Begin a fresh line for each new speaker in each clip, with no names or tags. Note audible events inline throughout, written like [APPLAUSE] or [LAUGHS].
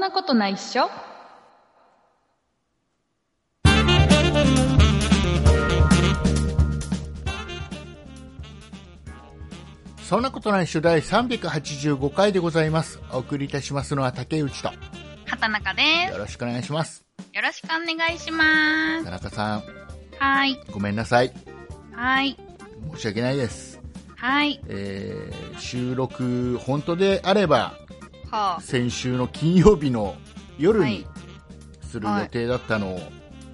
なことないっしょ
そんなことないっしょ第385回でございます。お送りいたしますのは竹内と。よ
畑中です。
ろしくお願いします。
よろしくお願いします。
田中さん、
はい。
ごめんなさい。
はい。
申し訳ないです。
はい。
えー、収録、本当であれば、
はあ、
先週の金曜日の夜
はい
にする予定だったのを、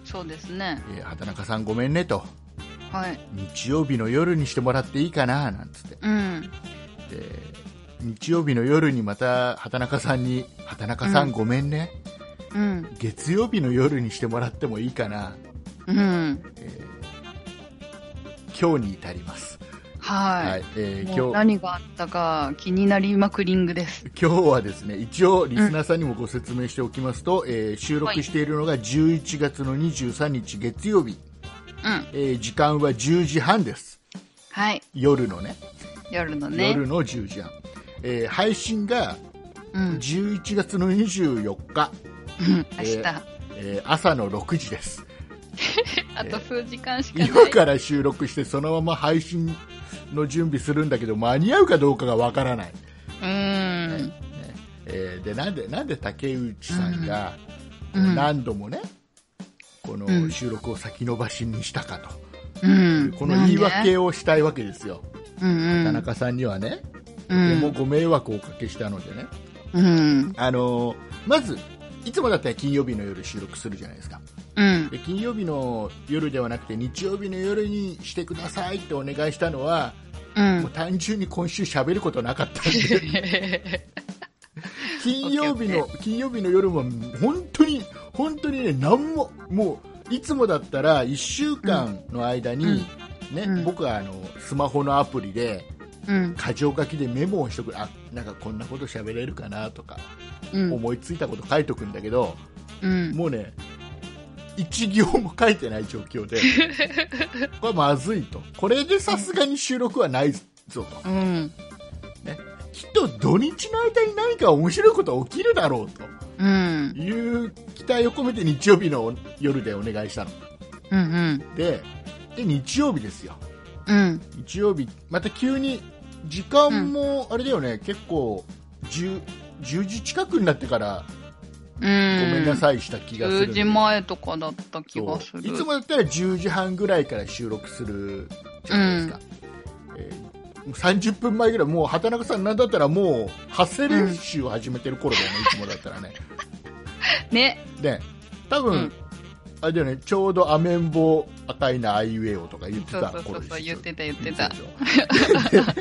そうですね。
えー畑中さんごめんねと、
はい。
日曜日の夜にしてもらっていいかな、なんつって。
うん。
で日曜日の夜にまた畑中さんに「畑中さ
うん
んごめんね、
うん。
月曜日の夜にしてもらってもいいかな
うん。
今日に至ります」はい、
はい。
えー
もう
今日
何があったか気になりまくりんぐです。
今日はですね一応リスナーさんにもご説明しておきますと、えー収録しているのが11月の23日月曜日、
うん。
えー時間は10時半です
はい。
夜のね
夜のね。
夜の10時半、えー配信が
うん。
11月の24日、
[LAUGHS] 明日。
えーえー朝の6時です
あと数時間しかない。
今から収録してそのまま配信の準備するんだけど間に合うかどうかがわからない、
うーん。
えーでなんでなんで竹内さんが
うん
何度もね、こ
う
の
ん
収録を先延ばしにしたかと、
うん。
この言い
を。
訳をしたいわけですよ、
うんう
田
ん。
中さんにはね、
う
で
ん
もうご迷惑をおかけしたのでね、
うん。
あのーまずいつもだったら金曜日の夜収録するじゃないですか
うん。
で金曜日の夜ではなくて日曜日の夜にしてくださいってお願いしたのは
う。
もうん単純に今週喋ることなかったんで金曜日の金曜日の夜も本当に本当にね何ももういつもだったら1週間の間に、
うん
ね
うん
僕はあのスマホのアプリで
うん。
箇条書きでメモをしとくあなんかこんなこと喋れるかなとか
うん。
思いついたこと書いとくんだけど、
うん。
もうね1行も書いてない状
[LAUGHS]
況でこれはまずいとこれでさすがに収録はないぞと。
うん。
きっと土日の間に何か面白いことが起きるだろうと
うん。
いう期待を込めて日曜日の夜でお願いしたの
うん。
でで日曜日ですよ
うん。
日曜日また急に時間もあれだよね、結構 10, 10時近くになってから
ご
ごめ
め
んなさいした気がする
10時前とかだった気がす
そう
る。
いつもだったら10時半ぐらいから収録するじゃないですか、えーもう30分前ぐらいもう畑中さんなんだったらもう発声練習を始めてる頃だよ
[LAUGHS]
ね、いつもだったらね
ね。
で多分、
うん
あれだよねちょうど「アメンボ赤いなあいうえお」とか言って
そう
た
そうそ
頃
う
でしょ
そう、言ってた言ってた。
言ってたでしょで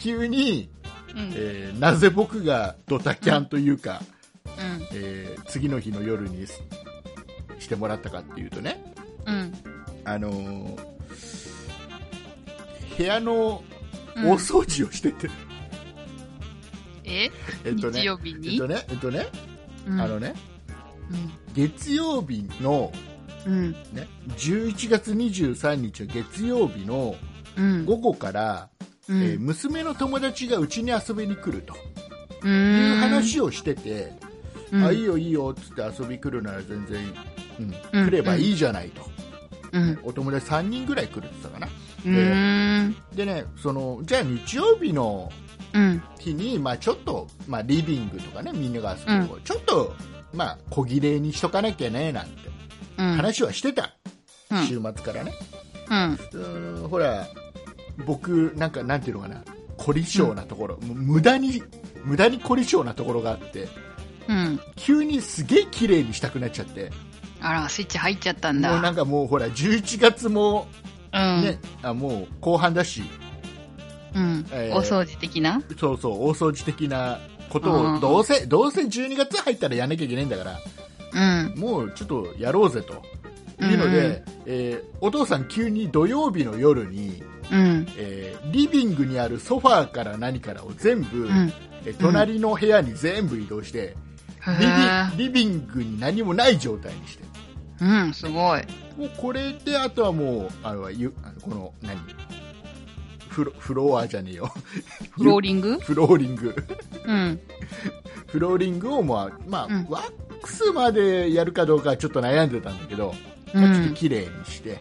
急に、
うん。
えーなぜ僕がドタキャンというか、
うん。
えー次の日の夜にすしてもらったかっていうとね
うん。
あのー部屋の大
うん
掃除をしてて、
え
えっとね
日曜日
えっ
に
とねえっとね、
うん
あのね
うん
月曜日の
うん。
ね、11月23日の月曜日の
うん。
午後から、
うん
えー娘の友達がうちに遊びに来ると
う
い
ん
う話をしてて、
うん
あいいよいいよっつって遊び来るなら全然、うん
うん
来ればいいじゃないと、
うん。
お友達3人ぐらい来るって言ってたかな
うん。
でねそのじゃあ日曜日の
うん。
日に、まあ、ちょっと、まあ、リビングとかねみんなが遊ぶとこ、ちょっと、まあ、小切れにしとかなきゃねなんて
うん。
話はしてた、
うん
週末からね
うん。
うーんほら僕なんかなんていうのかな凝り性なところ、む無駄に無駄に凝り性なところがあって
うん。
急にすげえ綺麗にしたくなっちゃって
あら、スイッチ入っちゃったん
もうな
だ。
んかもうほら11月も
うん。
ね、あもう後半だし
うん。
えー
お掃除的な
そうそう大掃除的なこと
う
を
ん
どうせどうせ12月入ったらやんなきゃいけないんだから
うん。
もうちょっとやろうぜと。いうの
うんう
で、えーお父さん急に土曜日の夜に、
うん。
えーリビングにあるソファーから何からを全部、
うん。
えー隣の部屋に全部移動して、リビ
へ
リビングに何もない状態にして
え。うん、すごい。
もうこれであとはもうあのゆあのこの何フロフロアじゃねえよ
フローリング
フローリング
うん。
フローリングを、まあまあ
うん
ワックスまでやるかどうかちょっと悩んでたんだけど、
う
まあちょっと
ん。
綺麗にして、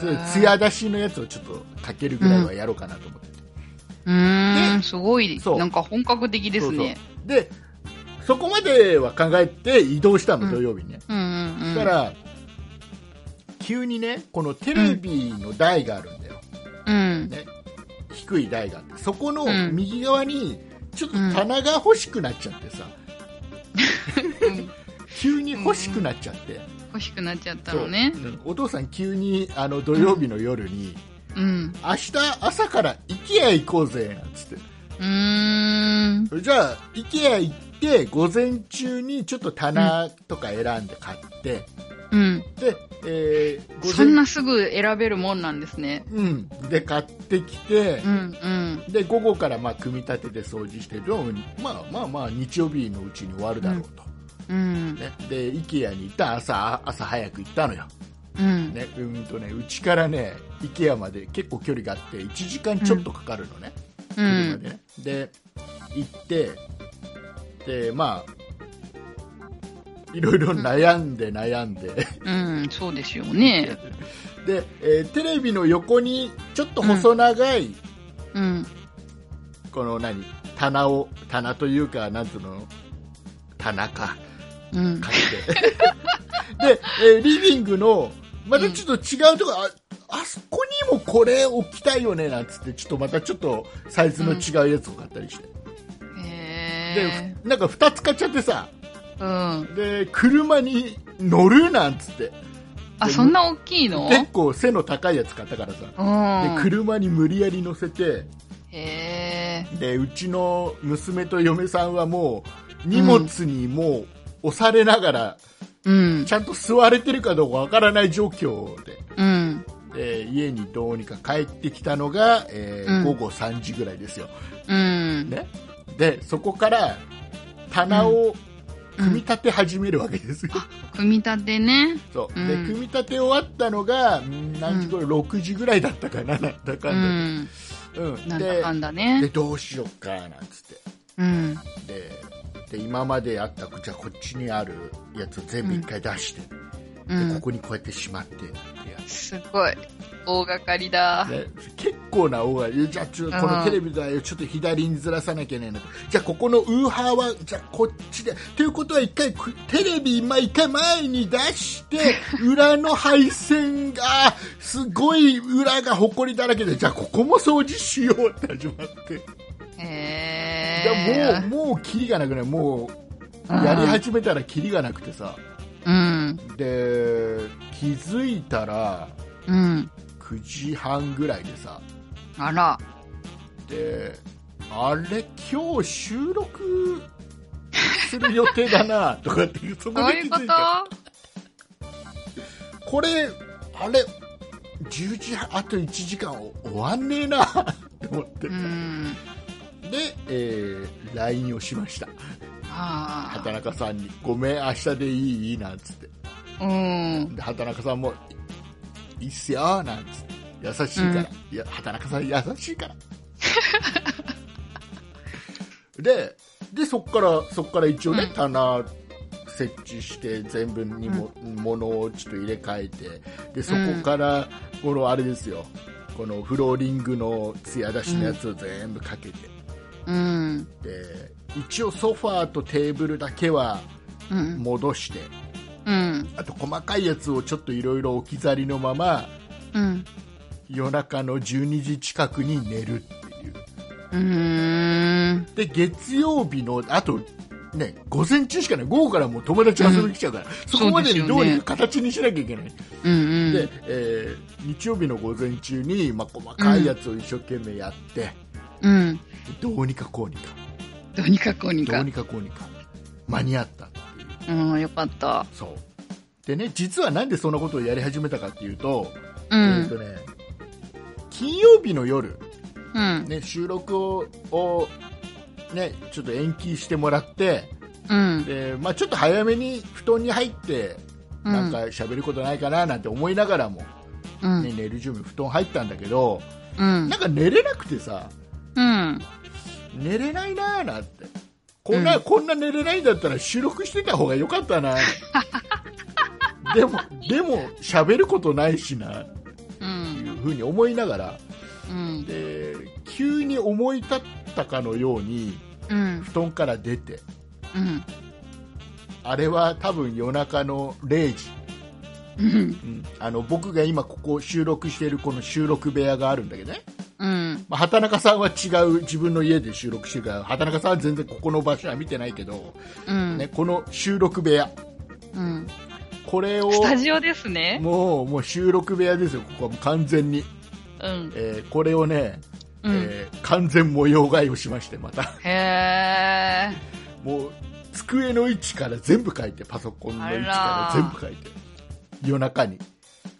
それツヤ出しのやつをちょっとかけるぐらいはやろうかなと思って、
うーん、すごい。
そう
なんか本格的ですね。
でそこまでは考えて移動したの、
うん
土曜日にね、
うんうんうん。
だから急にねこのテレビの台があるんだよ、
うん。
ね、低い台があってそこの
うん
右側にちょっと棚が欲しくなっちゃってさ、
うん
急に欲しくなっちゃって、
欲しくなっちゃったのね
そ。ううんお父さん急にあの土曜日の夜に、
うん。
明日朝から IKEA 行こうぜなんつって
うーん。
じゃあ IKEA 行って午前中にちょっと棚とか選んで買って、
うん。
で、えー午前
そんなすぐ選べるもんなんですね。
うんで買ってきて
う、んうん。
で午後からまあ組み立てて掃除してどうもまあまあまあ日曜日のうちに終わるだろうと、
うん。
ね、で IKEA に行った朝朝早く行ったのよ
うん。
ね、うんとね、うちからね、IKEA まで結構距離があって、1時間ちょっとかかるのね、
う
車
ん。
でね。で、行って、で、まあ、いろいろ悩んで悩んで、
うん。そうですよね。
で、えーテレビの横にちょっと細長い、
うん。
この何、棚を、棚というか、なんつうの、棚か、
うん。
買 [LAUGHS] って。で、えーリビングの、またちょっと違うとこ、あ、あそこにもこれ置きたいよね、なんつって、ちょっとまたちょっとサイズの違うやつを買ったりして。
へ
で、ふなんか2つ買っちゃってさ、
ーうん。
で、車に乗るなんつって。
あ、そんな大きいの
結構背の高いやつ買ったからさ。
う
で、
ん。
車に無理やり乗せて、
へ
で、うちの娘と嫁さんはもう、荷物にもう押されながら、
ーうん
ち。ゃんと座れてるかどうかわからない状況で。
うん。
えー家にどうにか帰ってきたのが、えー
うん
午後3時ぐらいですよ、
うん。
ね、でそこから棚を組み立て始めるわけですよ、
組み立てね。
そうで
うん
組み立て終わったのがうん何時頃、6時ぐらいだったかななんだ
う
かん
ん。
だ、うん
なんだ
で
かんだ
で
ね。
どうしよっかなんつっ
うん。
てでで今まであったじゃあこっちにあるやつを全部一回出して、
う
でこ
ん。
こにこうやってしまってってやって
すごい。大掛かりだ。
ね、結構な大がじゃあちょこのテレビ台をちょっと左にずらさなきゃいけないなとじゃあここのウーハーはじゃあこっちでということは一回くテレビ今一回前に出して
[LAUGHS]
裏の配線がすごい裏がほこりだらけでじゃあここも掃除しようって始まってじ
へ
ゃあ
ー。
もうもうキリがなくないもうやり始めたらキリがなくてさ
うん。
で気づいたら
うん。
9時半ぐらいでさ、
あら。
であれ今日収録する予定だなとかって
[LAUGHS]
いうそこ
どう
で
い
気
うこ
づい
と
たこれあれ10時半あと1時間お終わんねえな [LAUGHS] って思って、
うん。
で、えー LINE をしました
あ
畑中さんに「ごめん明日でいい?」なんつって
あ。うん。
で畑中さんも「いいいっすよ」なんつって優しいから、いや畑中さん優しいから [LAUGHS] ででそっからそっから一応ね、
うん
棚設置して全部にも、物をちょっと入れ替えてでそこから、このあれですよこのフローリングの艶出しのやつを全部かけて、
うん。
で一応ソファーとテーブルだけは
うん。
戻して、
うん。
あと細かいやつをちょっといろいろ置き去りのまま
うん。
夜中の12時近くに寝るっていう
うーん。
で月曜日のあとね午前中しかない午後からもう友達遊びに来ちゃうから、そこまでにどうにか形にしなきゃいけないで,、
うんうん。
えー日曜日の午前中に、まあ、細かいやつを一生懸命やって、
うん。
どうにかこうにか
どうにかこうに
どう
か
に。かこうにか間に合ったっていう
うん、よかった。
そうでね実はなんでそんなことをやり始めたかっていうと、
う
えっ
ん。
とね金曜日の夜
うん。
ね、収録ををね、ちょっと延期してもらって、
うん。
でまあ、ちょっと早めに布団に入って、
うん
なんか喋ることないかななんて思いながらも、
う
ね、
ん。
寝る準備、布団入ったんだけど、
うん
なん。か寝れなくてさ、
うん。
寝れないなーなんて、こんな、
うん
こんな寝れないんだったら収録してた方が良かったな。
[LAUGHS]
でも、でも、喋ることないし
う。
な、っていうんふうに思いながら、
うん。
で、急に思い立ったかのように、
うん。
布団から出て、
うん。
あれは多分夜中の0時、
うん。
うんあの、僕が今ここ収録しているこの収録部屋があるんだけどね。
うん。
まあ、畑中さんは違う自分の家で収録してるから、畑中さんは全然ここの場所は見てないけど、
うん。
ね、この収録部屋、
うん。
これを、
スタジオですね。
もう、もう収録部屋ですよ、ここはもう完全に。
うん。
えーこれをね、
うん。
えー完全模様替えをしまして、また。
へー。
もう、机の位置から全部書いて、パソコンの位置から全部書いて。夜中に。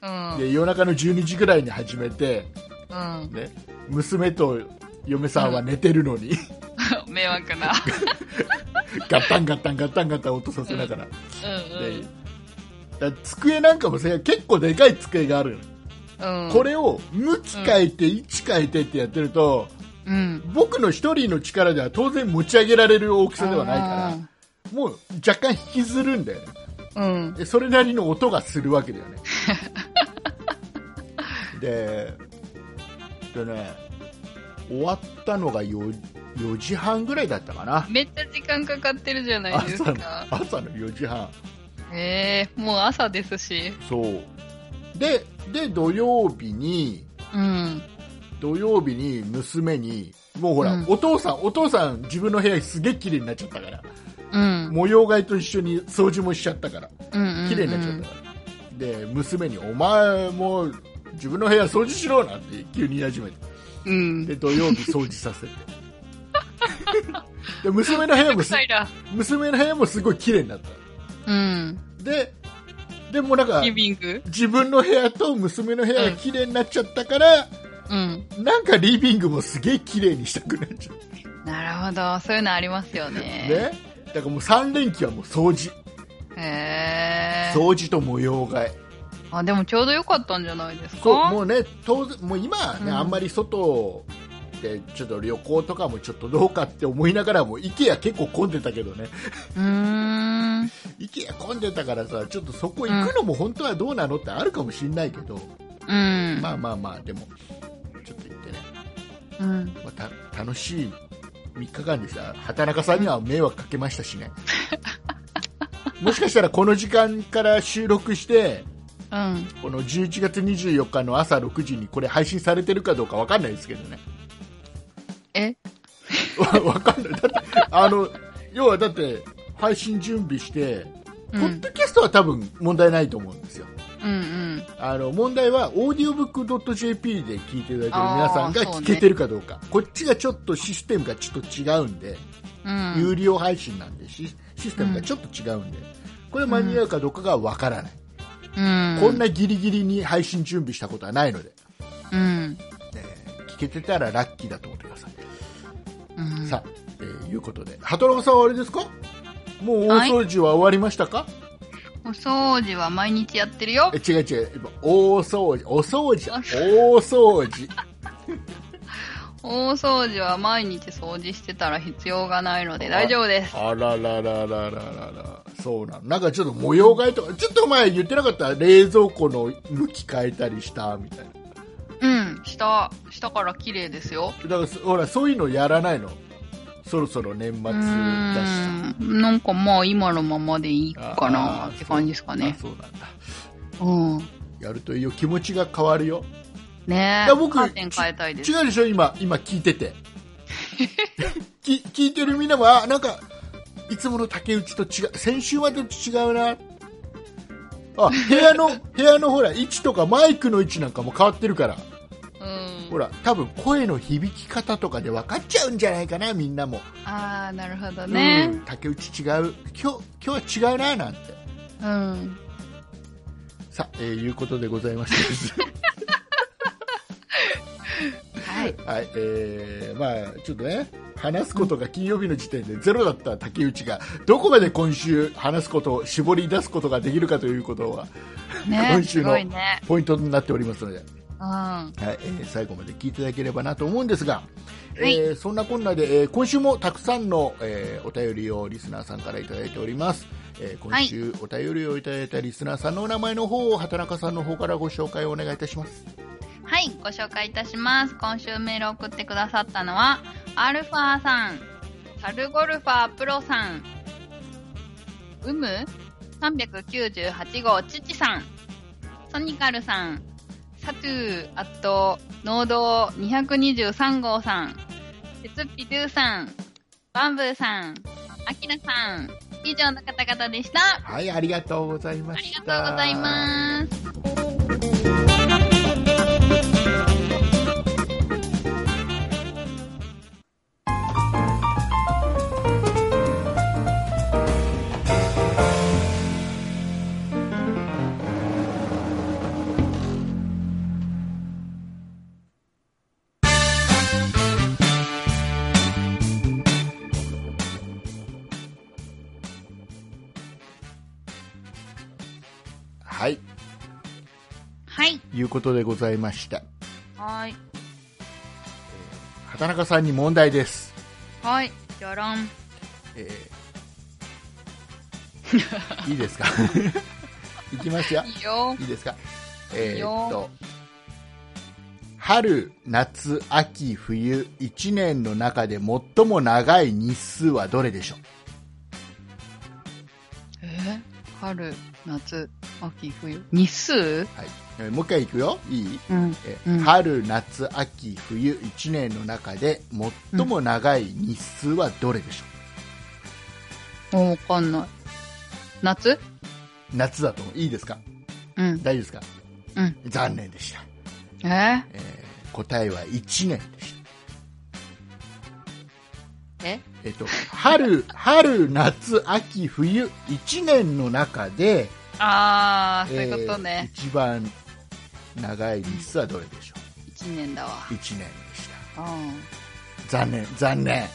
うん。
で、夜中の12時ぐらいに始めて、
うん。
ね、娘と嫁さんは寝てるのに、
迷惑な。
ガッタンガッタンガッタンガッタン音させながら。
うん。
でだから机なんかもさ結構でかい机があるの、
うん。うん。
これを向き変えて位置変えてってやってると、
うん。
僕の一人の力では当然持ち上げられる大きさではないからもう若干引きずるんだよね
ら。うん。
でそれなりの音がするわけ
[LAUGHS]
だよねででね終わったのが 4, 4時半ぐらいだったかな
めっちゃ時間かかってるじゃないです
朝の
か。
朝の4時半
へえ、もう朝ですし。
そうでで土曜日に
うん。
土曜日に娘にもうほら、
うん
お父さんお父さん自分の部屋すげえ綺麗になっちゃったから
うん。
模様替えと一緒に掃除もしちゃったから綺
綺
麗になっちゃったから、で娘に「お前もう自分の部屋掃除しろ」なんて急に言い始めて
うん。
で土曜日掃除さ
[LAUGHS]
せてで娘の部屋もす
臭いだ。
娘の部屋もすごい綺麗になっ
うん。
たででもなんか
リビング
自分の部屋と娘の部屋が綺麗になっちゃったから、
うん。
なんかリビングもすげえ綺麗にしたくなっちゃう
なるほど。そういうのありますよね。
ね、だからもう3連休はもう掃除、
へえ。
掃除と模様替え、
あ、でもちょうど良かったんじゃないですか
そうもうね、当然もう今はね、
うん
あんまり外でちょっと旅行とかもちょっとどうかって思いながらも、IKEA 結構混んでたけどね、
うーん。うん。
IKEA 混んでたからさ、ちょっとそこ行くのも本当はどうなのってあるかもしれないけど、まあまあまあ、でも、ちょっと行ってね、
うん。
まあ、た楽しい3日間でした、畑中さんには迷惑かけましたし
[LAUGHS]
ね。もしかしたらこの時間から収録して、
うん。
この11月24日の朝6時にこれ配信されてるかどうかわかんないですけどね。
え
わ [LAUGHS] わかんない。だって、あの、要はだって、配信準備して、ポ
う
ッ
ん。
ドキャストは多分問題ないと思うんですよ。
うん
あの、問題は、オーディオブックドット .jp で聞いていただいてる皆さんが
あーそう
聞
ね
けてるかどうか。こっちがちょっとシステムがちょっと違うんで、
うん。うん。
有料配信なんでシ、システムがちょっと違うんで、これ間に合うかどうかがわからない。
うん。
こんなギリギリに配信準備したことはないので。
うん。
えー聞けてたらラッキーだと思ってください、
うん。
さあ、えーいうことで畑中さんはあれですかもう大掃除は終わりましたか、
お掃除は毎日やってるよ
え。違う違う今大掃除お掃除
あ
大掃除
大掃除は毎日掃除してたら必要がないので [LAUGHS] 大丈夫です。
あらららららららそうなのなんかちょっと模様替えとかちょっと前言ってなかった冷蔵庫の向き変えたりしたみたいな
うん。下、下から綺麗ですよ。
だからそほらそういうのやらないのそろそろ年末
う
だしさ
ーんなんかまあ今のままでいいかな
あ
っ
ー
て感じですか
あ
ね。
そうなんだ
うん。
やるといいよ気持ちが変わるよ
ね
い
え。
や僕
カーテン変えたいです。
違うでしょ今今聞いて
[LAUGHS]
てき聞いてるみんなもあなんかいつもの竹内と違う先週までと違うな
[LAUGHS]
あ部屋の部屋のほら位置とかマイクの位置なんかも変わってるから
うん
ほ。ら多分声の響き方とかで分かっちゃうんじゃないかなみんなも、
ああ、なるほどね
う。ん竹内違う今日今日は違うななんて
うん。
さあ、えーいうことでございまして [LAUGHS]
はい。
はい、えー、まあ、ちょっとね、話すことが金曜日の時点でゼロだった竹内が、どこまで今週話すことを絞り出すことができるかということは、
ね
今
す
週の
ごいね。
ポイントになっておりますので、
うん。
はいえー最後まで聞いていただければなと思うんですが、
はい
えーそんなこんなで、えー今週もたくさんの、えーお便りをリスナーさんからいただいております、えー今週お便りをいただいたリスナーさんのお名前の方を畑中さんの方からご紹介をお願いいたします
はい、ご紹介いたします。今週メールを送ってくださったのは、アルファさん、サルゴルファープロさん、うむ ?398 号、チチさん、ソニカルさん、サトゥー、あと、農道223号さん、鉄ピドゥさん、バンブーさん、アキラさん、以上の方々でした。
はいありがとうございま
あり
した
がとうございます。
はい
はい。
いうことでございました
はい。
畑中さんに問題です、
はい。じゃらん。
えー [LAUGHS] いいですかいきますよ
いいよ。
いいですか。え
いい
ー、
よ
っと。春、夏、秋、冬、1年の中で最も長い日数はどれでしょ
えー春、夏、秋、冬。日数
うえーもう一回いくよ。いい、
うん。
え
うん
春、夏、秋、冬、1年の中で最も長い日数はどれでしょ
もうわかんない。夏
う、夏だと思う。いいですか
うん。
大丈夫ですか
うん。
残念でした。
えー
えー答えは1年でした。
え
えっと、春、 [LAUGHS] 春、夏、秋、冬、1年の中で、
あー、そういうことね。
えー一番長い日数はどれでしょ
一年だわ。
う1年でし
うん。
た残念残念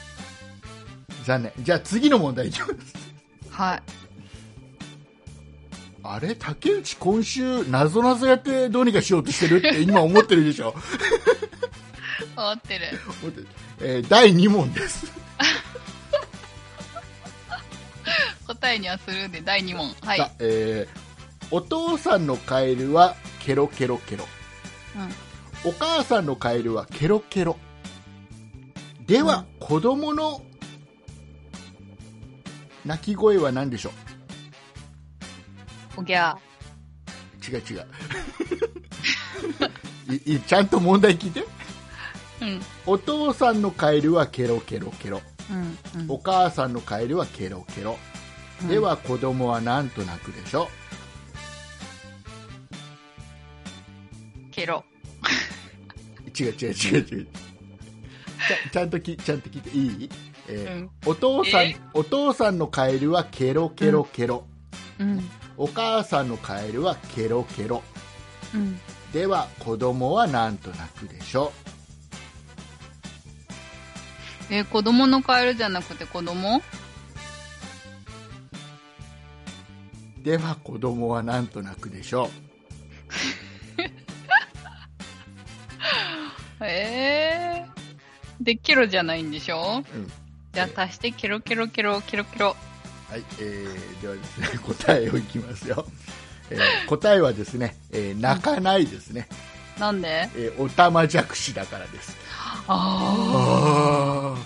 残念じゃあ次の問題いきます
はい。
あれ竹内今週なぞなぞやってどうにかしようとしてるって今思ってるでしょ [LAUGHS]
思ってる。
思ってるえー第2問です
答えにはするんで、第二問。はい。
さあえーお父さんのカエルはケロケロケロお母さんのカエルはケロケロでは、子供の鳴き声は何でしょう
うん。おぎゃ
違う
[LAUGHS]
違ういいちゃんと問題聞いて
ー。うん。
お父さんのカエルはケロケロケロ
うん。うん
お母さんのカエルはケロケロ、
うん
では子供はなんとなくでしょ
ケロ。
違う違う違う違うちゃちゃんときちゃんと聞いていい、えー
うん
お父さん、
え
お父さんのカエルはケロケロケロ、
うん。
お母さんのカエルはケロケロ
うん。
では子供はなんとなくでしょ
えー、子供のカエルじゃなくて子供
では子供はなんとなくでしょう
えー。で、ケロじゃないんでしょ
うん
じゃあ足してケロケロケロケロケロ。
はい、えー、ではですね答えをいきますよ、えー答えはですね、えー泣かないですね、
なんで
えーおたまじゃくしだからです
あ
ああ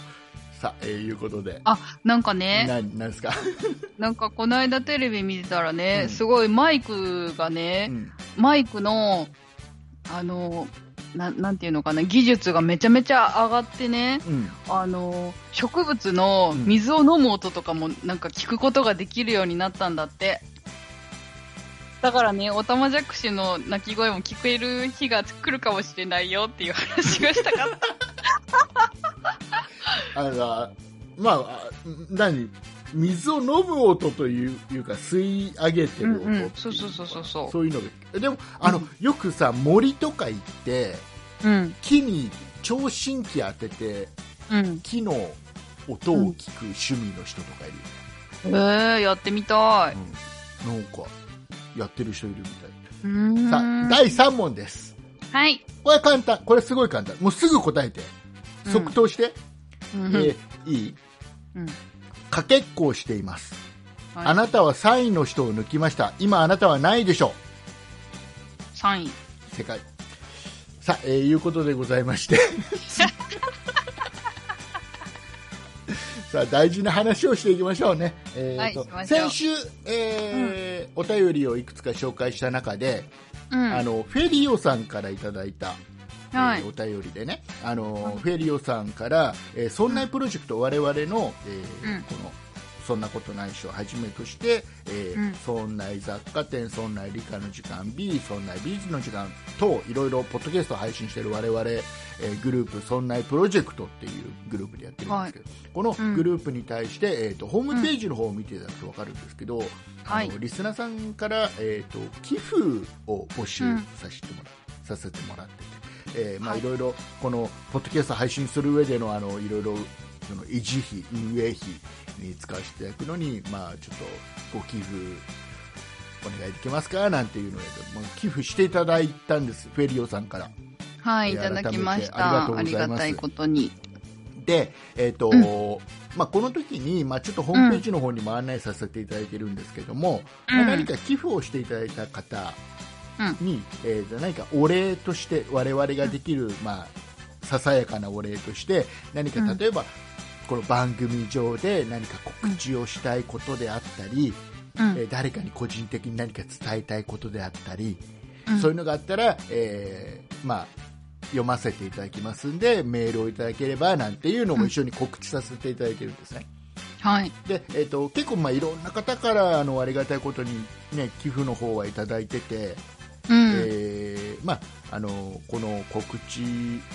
さあ、えーいうことで
あ。あ、なんかね、
ななんですか、
なんかこの間テレビ見てたらね、
うん
すごいマイクが
う
ね、
ん、
マイクの、あの、ななんていうのかな、技術がめちゃめちゃ上がってね、
うん
あの、植物の
うん
水を飲む音とかもなんか聞くことができるようになったんだって。だからね、オタマジャクシの鳴き声も聞ける日が来るかもしれないよっていう話がしたかった。
あのまああ何水を飲む音といういうか吸い上げてる音って
うん
いの
う
か
んそうそうそうそうそう
そういうのがでもあの、
うん
よくさ森とか行って
うん、
木に聴診器当てて
うん。
木の音を聞く趣味の人とかいる、
えー、やってみたい。
うんなんかやってる人いるみたい、
うーん
さあ第3問です
はい。
これ簡単これすごい簡単もうすぐ答えて
うん
即答して、
うん
えーいい
うん
かけっこをしています、
はい
あなたは3位の人を抜きました今あなたはないでしょ
3位。
う世界さあ、えーいうことでございまして
[LAUGHS]
さあ大事な話をしていきましょうね、えーと
はいしましょう
先週、えーお便りをいくつか紹介した中で、
うん。
あのフェリオさんからいただいた
はい
えー。お便りでね、あのーフェリオさんから、えーそんなプロジェクト、我々の、えー
うん
このそんなことないっしょをはじめとして、え
う
ー
ん
そんな雑貨店、そんな理科の時間、B、そんな美術の時間等、いろいろポッドキャストを配信している我々、えーグループ、そんなプロジェクトっていうグループでやってるんですけど、こ
うん
のグループに対して、えーとホームページの方を見ていただくと分かるんですけど、あ
はい
のリスナーさんから、えー、と寄付を募集させてもら,、させてもらってて。えーまあ、
はい
いろいろこのポッドキャスト配信する上でのあのいろいろその維持費、運営費に使わせていただくのに、まあ、ちょっとご寄付お願いできますかなんていうので、まあ、寄付していただいたんです、フェリオさんから。
はい、
え
い
ー
ただきまし
改
た。
めて
あ
あり
り
がとうござい
が
ます
たいことに。
で、えーと
うん
まあ、この時に、まあ、ちょっとホームページの方にも案内させていただいてるんですけども、
うん
まあ何か寄付をしていただいた方に、えー何かお礼として我々ができる、まあ、ささやかなお礼として何か
うん
例えば、この番組上で何か告知をしたいことであったり、
う
え
ん。
ー誰かに個人的に何か伝えたいことであったり、
うん
そういうのがあったら、えーまあ、読ませていただきますんでメールをいただければなんていうのも一緒に告知させていただいてるんですね。
はい。
でえー、と結構、まあ、いろんな方からあのありがたいことに、ね、寄付の方はいただいてて、
うん。
えーまあ、あのこの告知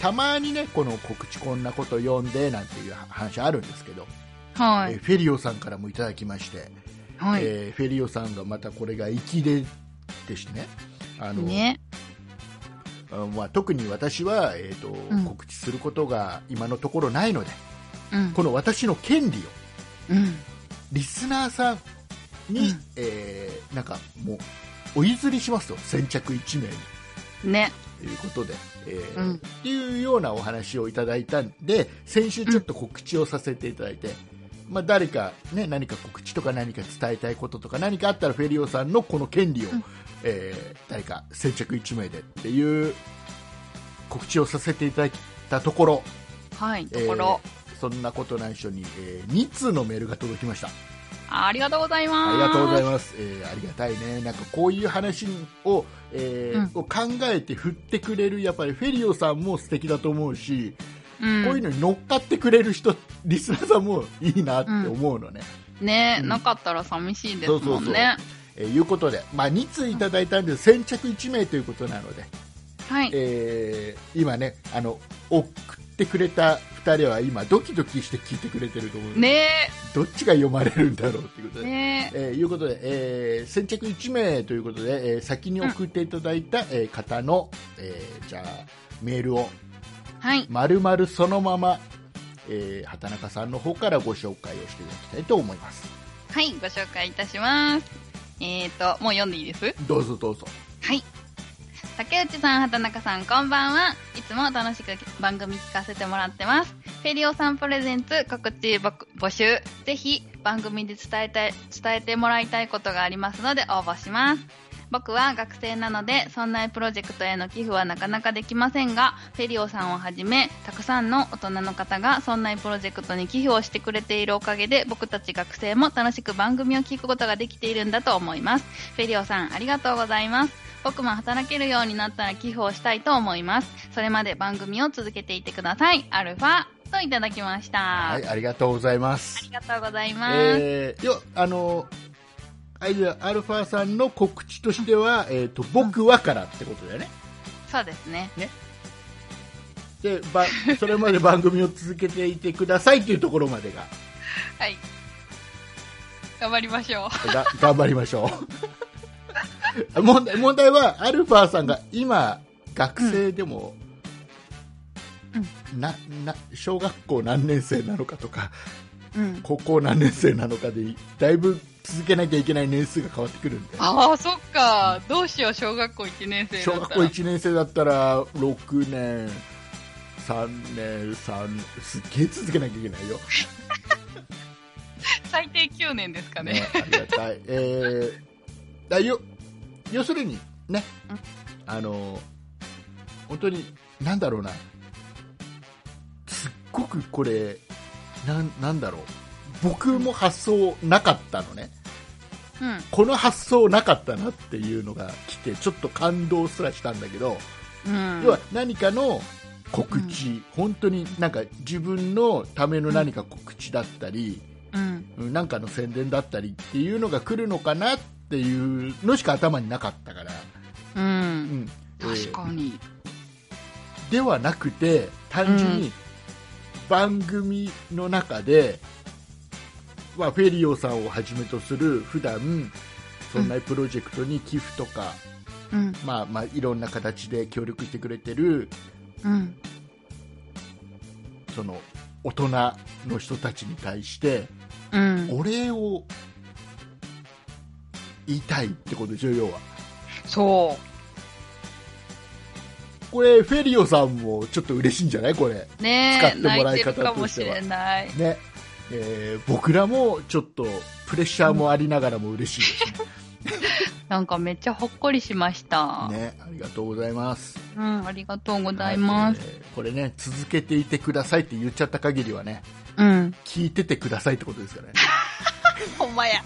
たまに、ね、この告知こんなこと読んでなんていう話あるんですけど、
は
えー
い。
フェリオさんからもいただきまして、
はい。
えーフェリオさんがまたこれが粋ででしてねあの
ね。
あのまあ、特に私は、えーと
ん
告知することが今のところないので
うん。
この私の権利
う
を
ん。
リスナーさんに、
うん
えーなんかもうお譲りしますと先着1名に。
ね。
ということで、えー
うん
っていうようなお話をいただいたんで先週ちょっと告知をさせていただいて、まあ、誰か、ね、何か告知とか何か伝えたいこととか何かあったらフェリオさんのこの権利を、
うん
えー誰か先着1名でっていう告知をさせていただいたところ
はい。と
えー
ころ。
そんなことない人に、え2通のメールが届きました
ありがとうございます。
ありがとうござい
ま
ます、えーありがたいね、なんかこういう話を,、えーを考えて振ってくれる、やっぱりフェリオさんも素敵だと思うし、
す。うん。
こういうのに乗っかってくれる人、リスナーさんもいいなって思うのね。
ね、
うん
なかったら寂しいですもんね。
えーいうことで、まあ、2通いただいたんです先着1名ということなので、
はい。
えー今ねあの、送ってくれた2人は今、ドキドキして聞いてくれてると思うので、
ね
どっちが読まれるんだろうっていうことで。
ね
えーいうことで、えー先着1名ということで、えー先に送っていただいた、えー方の、えーじゃあメールを
はい。
丸々そのまま、えー畑中さんの方からご紹介をしていただきたいと思います
はい、ご紹介いたします。えーと、もう読んでいいです
どうぞどうぞ
はい。竹内さん、畑中さん、こんばんは。いつも楽しく番組聞かせてもらってます。フェリオさんプレゼンツ告知ぼ募集。ぜひ番組で伝えたい、伝えてもらいたいことがありますので応募します。僕は学生なので、そんなプロジェクトへの寄付はなかなかできませんが、フェリオさんをはじめ、たくさんの大人の方がそんなプロジェクトに寄付をしてくれているおかげで、僕たち学生も楽しく番組を聞くことができているんだと思います。フェリオさん、ありがとうございます。僕も働けるようになったら寄付をしたいと思います。それまで番組を続けていってください。アルファといただきました。
はいありがとうございま
あ
す
りがとうございます。
えーよあのアイデアアルファさんの告知としては「えー、と僕は」からってことだよね
そうですね。
でばそれまで番組を続けていてくださいというところまでが
はい。頑張りましょ
が頑張りましょう [LAUGHS] 問題問題はアルファさんが今学生でも、
うん
なな小学校何年生なのかとか
うん。
高校何年生なのかでだいぶ続けなきゃいけない年数が変わってくるんで
ああ、そっか。どうしよう、小学校1年生だった
小
ら。
学校1年生だったら6年3年3すっげえ続けなきゃいけないよ、
最低9年ですかね。
ありがたい、えー、だよ要するにね
うん
あの本当になんだろうなすっごくこれなんなんだろう僕も発想なかったのね
うん。
この発想なかったなっていうのが来てちょっと感動すらしたんだけど、
うん。
要は何かの告知、本当になんか自分のための何か告知だったり、
うん。
うんなんかの宣伝だったりっていうのが来るのかなっていうのしか頭になかったから、
う。
うんん
確かに。
えーではなくて単純に番組の中で、まあ、フェリオさんをはじめとする普段そんなプロジェクトに寄付とか、
うん。
まあまあ、いろんな形で協力してくれてる
うん。
その大人の人たちに対して
うん。
お礼を言いたいってことでしょ要は
そ
これフェリオさんもちょっと嬉しいんじゃないこれ
う。ね
使っ
え、
てもら
泣
い
いて
方としては
るかもしれない。
ね、えー僕らもちょっとプレッシャーもありながらも嬉しいです
なんかめっちゃほっこりしました。
ねねありがとうございます
うん、ありがとうございます。
はいえーこれね続けていてくださいって言っちゃった限りはね
うん。
聞いててくださいってことですからね
[LAUGHS] ほんまや。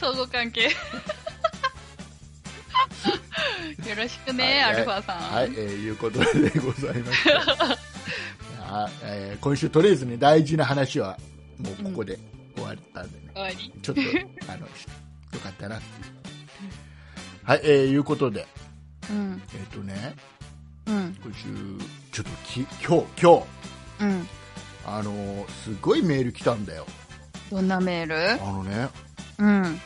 相互関
[LAUGHS]
係。よろしくね、
はい
アルファさん。
はい、えーいうことでございましたいやーえー今週とりあえずね大事な話はもうここで終わったんでね、
終わり。 [LAUGHS]
ちょっとあのよかったなっていうはい、えーいうことで
うん、
えっ、とね
うん、
今週ちょっとき今日今日
うん。
あのーすごいメール来たんだよ
どんなメー
あのね
ルうん。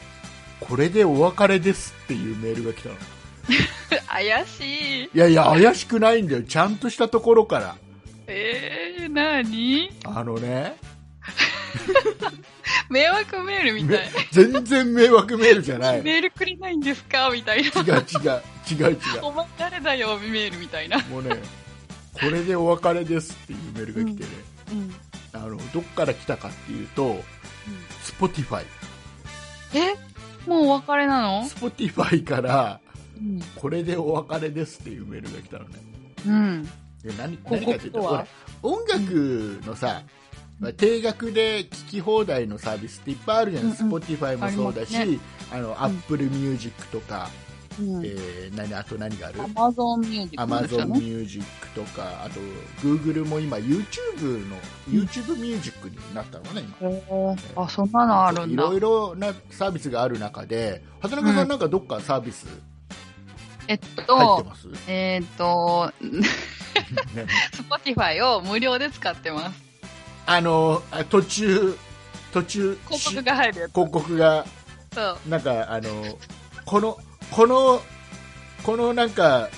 これでお別れですっていうメールが来たのい
怪しい。
やいや怪しくないんだよちゃんとしたところから
えー、なに
あのね
迷惑メールみたい。
全然迷惑メールじゃない違う
メールくれないんですかみたいな。
違う違う違う
[LAUGHS] お前誰だよ、メールみたいな。
もうねこれでお別れですっていうメールが来てね、
うん。
あのどっから来たかっていうと Spotify
えもうお別れなの
Spotify から
うん。
これでお別れですっていうメールが来たのね
うん。
で何
こ
何かっていうと
ここ
ほ
は
ら音楽のさ、まあ定額で聴き放題のサービスっていっぱいあるじゃない、
うんうん
Spotify もそうだし
あ
あ、
り
の Apple Music とか、
うん
えー何あと何がある
アマゾンミュージックの人
Amazon
ね
Music とかあと Google も今 YouTube の YouTube Music になったのかな今
へーあ、そんなのあるん
い
だ
ろ。いろなサービスがある中で畑中さ
うんん
なんかどっかサービス
えっ
入って
と、
ます、 [LAUGHS]
えーっと、 [LAUGHS]
ね
Spotify を無料で使ってます。
あのあ途中途中
広告
し
が入るやつ。
広告が
そう。
なんかあのこのこのこのなんか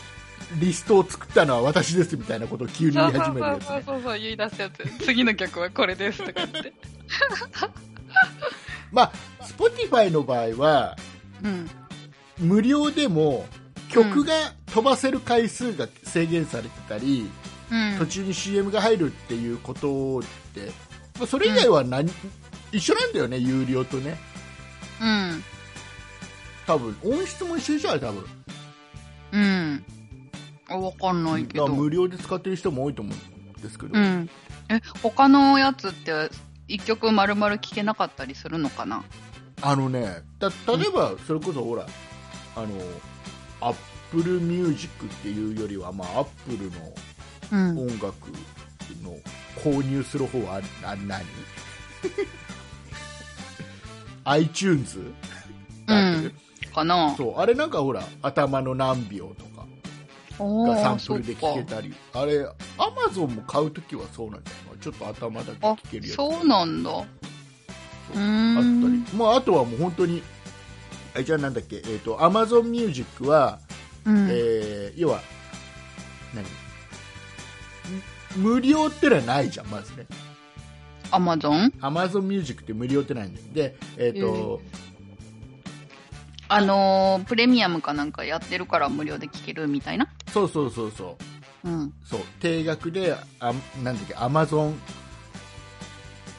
リストを作ったのは私ですみたいなことを急に
そう
言い
そう
始めるやつ、
そう
ね、
そうそう、言い出すやつ。次の曲はこれですとか言って。
まあ Spotify の場合は
うん。
無料でも曲が飛ばせる回数が制限されてたり、
うん
途中に CM が入るっていうことって、まあ、それ以外は何、一緒なんだよね有料とね
うん。
多分音質も一緒じゃん多分
うん。あわかんないけ
だ
ど。
から無
う
料で使ってる人も多いと思うんですけど、
ん。え、他のやつって、一曲丸々聴けなかったりするのかな
あのねた例えばそれこそほらあのアップルミュージックっていうよりはまあアップルの
うん。
音楽の購入する方はああ何 [LAUGHS] iTunes だっけ、
うかな
そうあれなんかほら頭の何秒とか
お
が
ー
サンプルで聴け
そ
たりあれアマゾンも買うときはそうなんじゃないのちょっと頭だけ
う
聴
か
ける
あ、
やつ
そうなんだ。うー
あった
ん。
り、まあ、あとはもう本当にあじゃあなんだっけ、えー、と Amazon Music は、
うん
えー要は何無料ってのはないじゃんまずね
アマゾン
Amazon Music って無料ってないんで、えっと
あのープレミアムかなんかやってるから無料で聴けるみたいな。
そうそうそうそう
うん。
そう定額であなんだっけ Amazon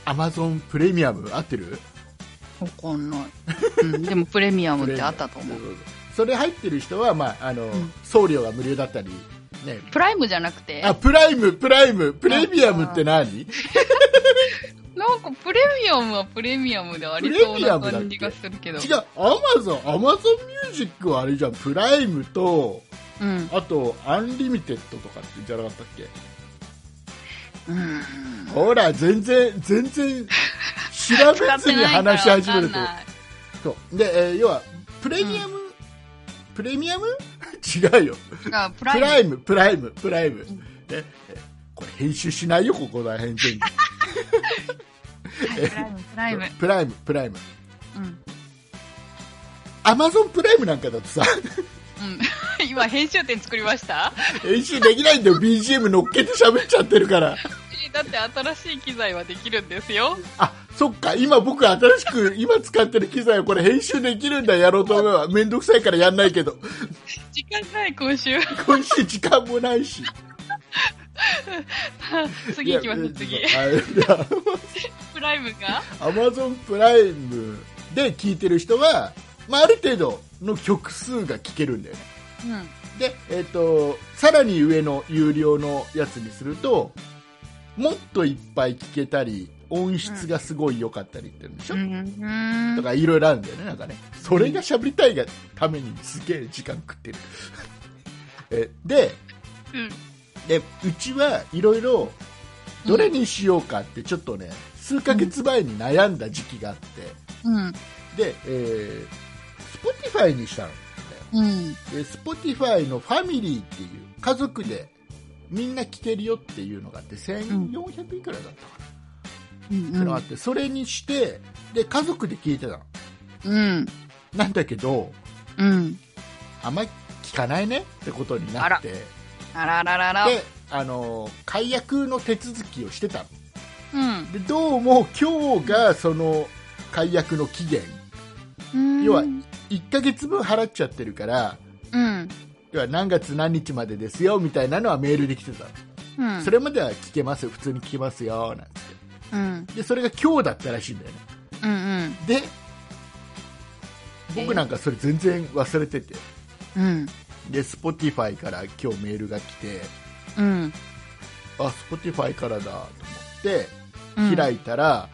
Amazon プレミアム合ってる
わかんない。うん、でもプレミアムってあったと思う。
それ入ってる人は、まああの
ん
送料が無料だったり、ね、
プライムじゃなくて、な
あ
んか
プライム、プライムプレミアムって何
プレミアムはプレミアムでありそうな感じがするけど。
違う、アマゾン、アマゾンミュージックはあれじゃん、プライムと、
うん。
あと、アンリミテッドとかってじゃなかったっけ
うん。
ほら、全然、全然、調べずに話し始めると。そう。で、えー要は、プレミアム、プレミアム違うよ。
だからプ
プ
ラ
ラ
イ
イム、プライム、プライム。ねえこれ編集しないよ、ここら辺全部。
ム、プライム、プライム。
プライム、プライム。
うん。 [LAUGHS]
アマゾンプライムなんかだとさ、
うん、今、編集点作りました
編集できないんだよ、BGM 乗っけて喋っちゃってるから。
だって新しい機材はできるんですよ。
あ、そっか、今僕新しく今使ってる機材をこれ編集できるんだ、やろうと思えば。めんどくさいからやんないけ
[LAUGHS]
ど。
時間ない、今週。
今週時間もないし。
次行きます、
い
次。
やえーあいや
プライムが
アマゾンプライムで聴いてる人は、まあ、ある程度の曲数が聴けるんだよね。
うん。
で、えっ、と、さらに上の有料のやつにすると、もっといっぱい聴けたり、音質がすごい良かったりってうんでしょ、
うん
とかいろいろあるんだよね、なんかね。それが喋りたいがためにすげえ時間食ってる。 [LAUGHS] えで
うん。
で、うちはいろいろどれにしようかってちょっとね、数ヶ月前に悩んだ時期があって、
うん。
で、えー、Spotify にしたん
うん。
だよ。で、Spotify のファミリーっていう、家族でみんな聞けるよっていうのがあって、1400いくらだったかな、
うん
それがあって、それにして、で、家族で聞いてたの。
うん。
なんだけど、
うん。
あんまり聞かないねってことになって、で、
あらららら。
あの、解約の手続きをしてたの。
うん
で、どうも今日がその解約の期限。
うん。
要は、1ヶ月分払っちゃってるから、
うん。
要は何月何日までですよみたいなのはメールで来てたの、
うん。
それまでは聞けますよ普通に聞けますよなんつっ
うん。
てでそれが今日だったらしいんだよね
うん。うん。
で僕なんかそれ全然忘れてて
うん。
で Spotify から今日メールが来て
うん。
あ Spotify からだと思って
うん。
開いたら、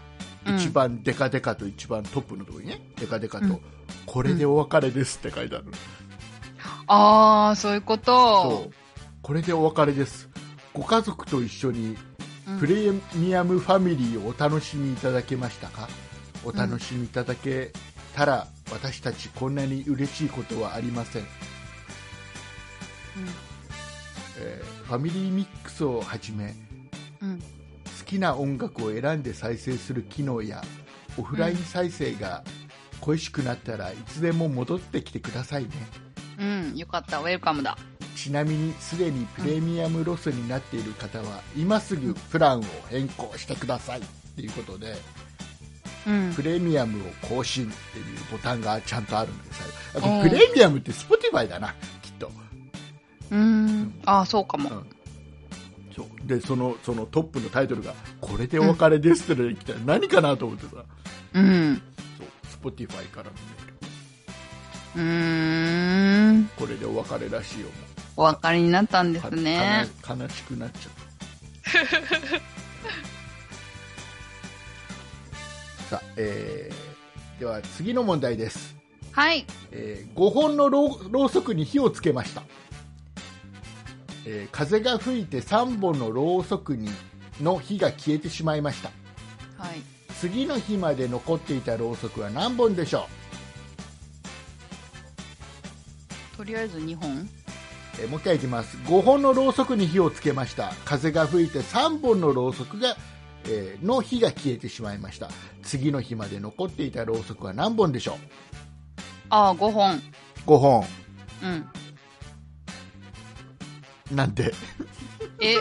うん
一番デカデカと一番トップのところにねデカデカと、これでお別れですって書いてある、
ああ、そういうこ
そ
と。
うこれでお別れですご家族と一緒に
うん
プレミアムファミリーをお楽しみいただけましたかお楽しみいただけたら、私たちこんなに嬉しいことはありません、えーファミリーミックスをはじめ
うん。
好きな音楽を選んで再生する機能やオフライン再生が恋しくなったらいつでも戻ってきてくださいね
うん。よかった。ウェルカムだ。
ちなみにすでにプレミアムロスになっている方は今すぐプランを変更してくださいっていうことで、
うん
プ。レミアムを更新っていうボタンがちゃんとあるんですあ
う
と
ん
プレミアムって Spotify だなきっと、
うん。ああ、そうか
う
も。
んそうでそのそのトップのタイトルが「これでお別れです」ってのが来たら何かなと思ってさ、
うん。
そう Spotify からのメール
うーん。
これでお別れらしいよもう
お分かりになったんです
か
ね。
かな悲しくなっちゃったさあえーでは次の問題です、
はい。
え5本のろうろうそくに火をつけました、えー風が吹いて3本のろうそくにの火が消えてしまいました
はい。
次の日まで残っていたろうそくは何本でしょ
とりあえず2本。
う、えーもう一回いきます5本のろうそくに火をつけました風が吹いて3本のろうそくが、えーの火が消えてしまいました次の日まで残っていたろうそくは何本でしょ
ああ、5本。
う5本
うん。
なんで [LAUGHS]
え、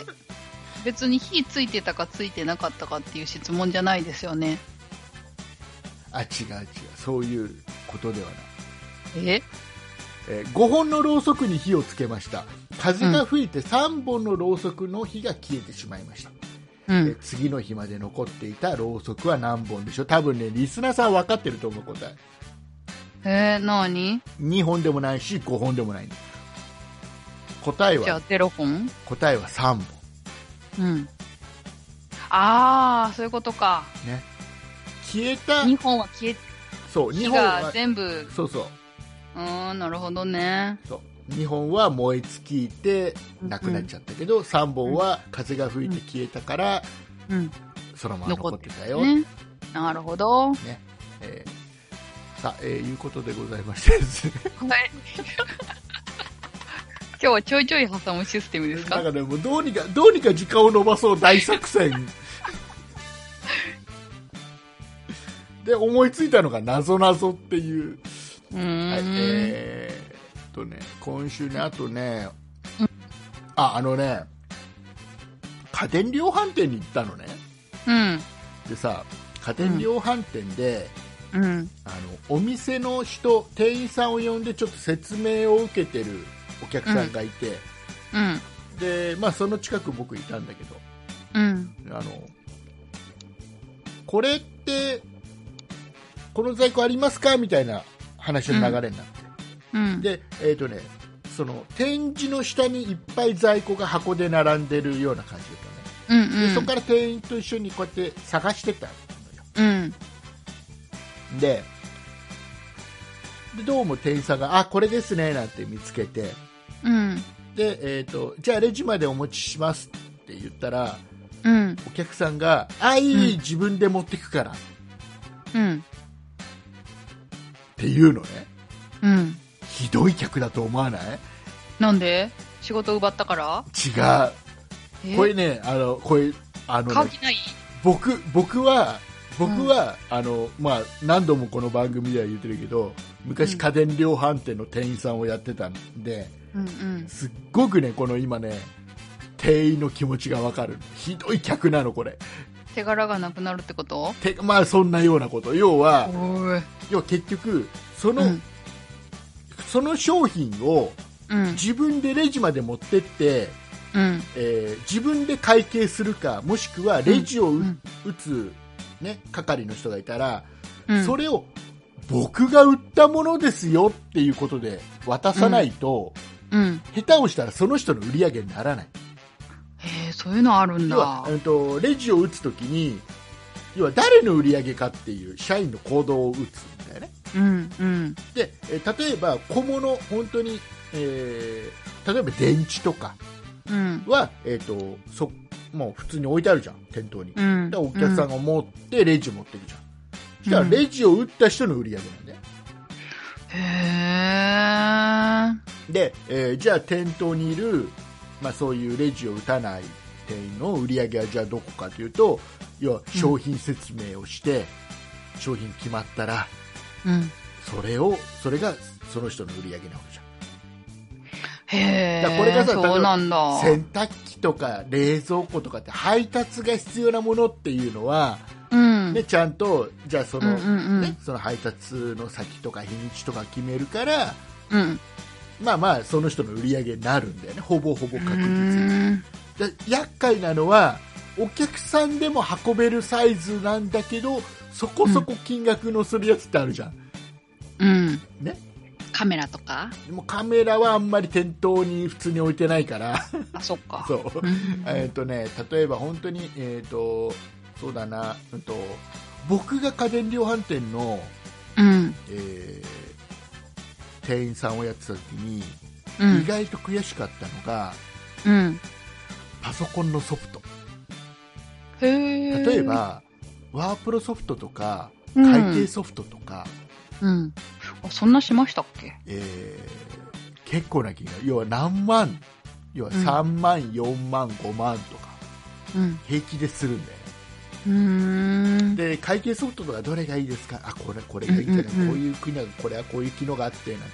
別に火ついてたかついてなかったかっていう質問じゃないですよね。
あ違う違うそういうことではない、
え
えー5本のろうそくに火をつけました風が吹いて3本のろうそくの火が消えてしまいました、
う
えー
ん。
次の日まで残っていたろうそくは何本でしょう多分ねリスナーさん分かってると思う答
え
え
ー、なに
2本でもないし5本でもないんです答え
じゃあ
は
ゼロ本
答えは3本
うん。ああ、そういうことか。
ね消えた
2本は消え、
そう
火
2本
が
は
全部。
そうそう
うーん、なるほどね。
そう2本は燃え尽きてなくなっちゃったけど、3本は風が吹いて消えたから、
うん。
そのまま残ってたよ、
ね。なるほ
[LAUGHS]
ど。は
えーさあ、えーいうことでございましてで
[LAUGHS]
すね
い。今日はちょいちょい挟むシステムです
な
か
んかねもうどうにかどうにか時間を延ばそう大
[LAUGHS]
作戦で思いついたのがなぞなぞっていう、
う
はい
ーん。
えーっとね今週ねあとね、ああのね家電量販店に行ったのね
うん。
でさ家電量販店で、
うん。
あのお店の人店員さんを呼んでちょっと説明を受けてるお客さんがいて、
うん。
でまあ、その近く僕いたんだけ
うん。
どあのこれってこの在庫ありますかみたいな話の流れになって、
うん。
でえーとね、その展示の下にいっぱい在庫が箱で並んでるような感じだった
うん。
ね、でそこから店員と一緒にこうやって探してたのよ
うん。
ででどうも店員さんがあこれですねなんて見つけて
うん。
で、えー、とじゃあレジまでお持ちしますって言ったら
うん。
お客さんが「あいい、
うん
自分で持ってくから」っ
うん。
ていうのね
うん。
ひどい客だと思わない
なんで仕事奪ったから
違
え
うこれねあのこれあの
買う
ね
気ない
僕僕は僕は、あのまあ、何度もこの番組では言ってるけど昔
うん
家電量販店の店員さんをやってたんで、
うんうん。
すっごくねこの今ね店員の気持ちがわかるひどい客なのこれ
手柄がなくなるってこと
てまあそんなようなこと要は
おい。
要は結局その、
うん
その商品を
うん。
自分でレジまで持ってって、
うん。
えー自分で会計するかもしくはレジをう
うん
打つ、ね、係の人がいたら、
うん。
それを僕が売ったものですよっていうことで渡さないと、
うん。
下手をしたらその人の売り上げにならない
へえ、そういうのあるん
要は
だ、。
うんとレジを打つときに要は誰の売り上げかっていう社員の行動を打つんだよね
うん。うん。
でえー例えば小物本当に、えー例えば電池とか
うん。
は、えー、とそもう普通に置いてあるじゃん店頭に、
うん。
でお客さん
う
が持ってレジ持ってくじゃん、そしたら
うん
レジを打った人の売り上げなんだよ
へえ。
で、えーじゃあ店頭にいる、まあ、そういうレジを打たない店員の売り上げはじゃあどこかというと要は商品説明をして、商品決まったら
うん。
それをそれがその人の売り上げなわけじゃん
へ
だか
え。
らこれがさ
そうなんだ。
洗濯機とか冷蔵庫とかって配達が必要なものっていうのは、
うん。
ね、ちゃんとじゃあそ
うんう
の,、
んうん
ね、その配達の先とか日にちとか決めるから
うん。
まあまあその人の売り上げになるんだよねほぼほぼ確実
う
に
ん
で厄介なのはお客さんでも運べるサイズなんだけどそこそこ金額のするやつってあるじゃん、
うん。
ね。
カメラとか
でもカメラはあんまり店頭に普通に置いてないから [LAUGHS]
あ、そっか。
そう
うん。
えっとね、例えば本当に、えっとそうだな、うん、と僕が家電量販店の、
うん。
えー店員さんをやってた時に、
う
意
ん。
外と悔しかったのが
うん。
パソコンのソフト
へえ。
例え、ば、ワープロソフトとか
うん
会計ソフトとか、
うん。あ、そんなしましたっけ
えー結構な金額要は何万要は
うん
3万、4万5万とか
うん。
平気でするんだよね
うーん。
で会計ソフトとかどれがいいですかあこれこれがいいんじゃない、
うんうんうん
こういう国はこれはこういう機能があってなんて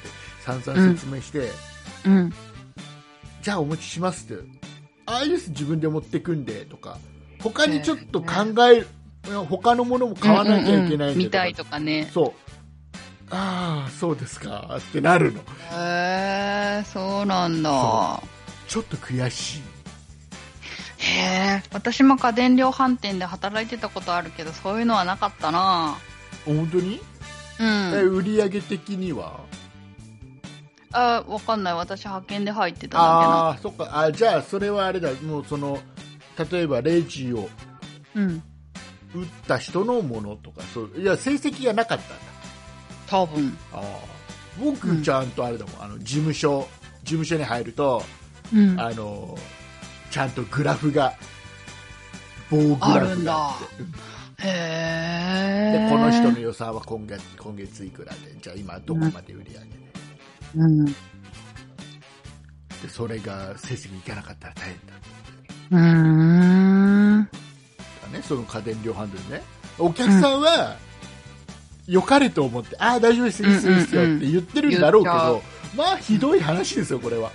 散々説明して、
うん。
じゃあお持ちしますってアイリス自分で持ってくんでとか他にちょっと考える、他のものも買わなきゃいけないんで
みたい
と
とかね
か。そうああそうですかってなるの
へえ、そうなんだ。
ちょっと悔しい
へえ、私も家電量販店で働いてたことあるけど、そういうのはなかったな
本当に、
うん。
え売り上げ的には
あ、わかんない。私、派遣で入ってただ
ああーそっかあじゃあそれはあれだもうその例えばレジを
けな。うん。
打った人のものとかそういや成績がなかったんだ
多分。
あー僕ちゃんとあれだもん、あの事務所事務所に入ると、
うん。
あのちゃんとグラフが棒グ
あ
ラ
る
フ
ん
が
だ
あってうん。
へ
で
え。
この人の予算は今月今月いくらでじゃあ今どこまで売り上げて、
うん。
でそれが成績いかなかったら大変だ
うーん。
とかねその家電量販店ねお客さんは、良かれと思って、ああ、大丈夫です、いいです、いいですよ
うんうんう
っ
ん
て言ってるんだろうけど、
言っちゃ
まあ、ひどい話ですよ、こ
[LAUGHS]
れは。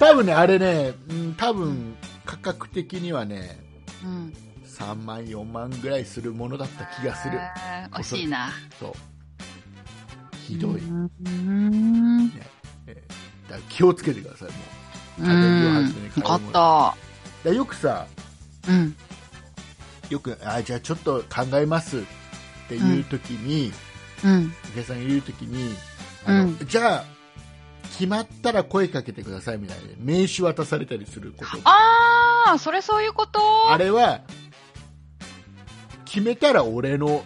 多分ね、あれね、うん多分価格的にはね、
うん。
3万、4万ぐらいするものだった気がする。
へー惜しいな。
そう。ひどい。
うーん。
だから気をつけてください、もう。
う
家電量販
ん
店に。
分か
買うもの
っ
だよくさ、
た。うん。
よく、あじゃあちょっと考えますっていう時に、
うん。
お客さんが言う時に、あの、
うん
じゃあ、決まったら声かけてくださいみたいなね、名刺渡されたりすること。
あー、それそういうこと
あれは、決めたら俺の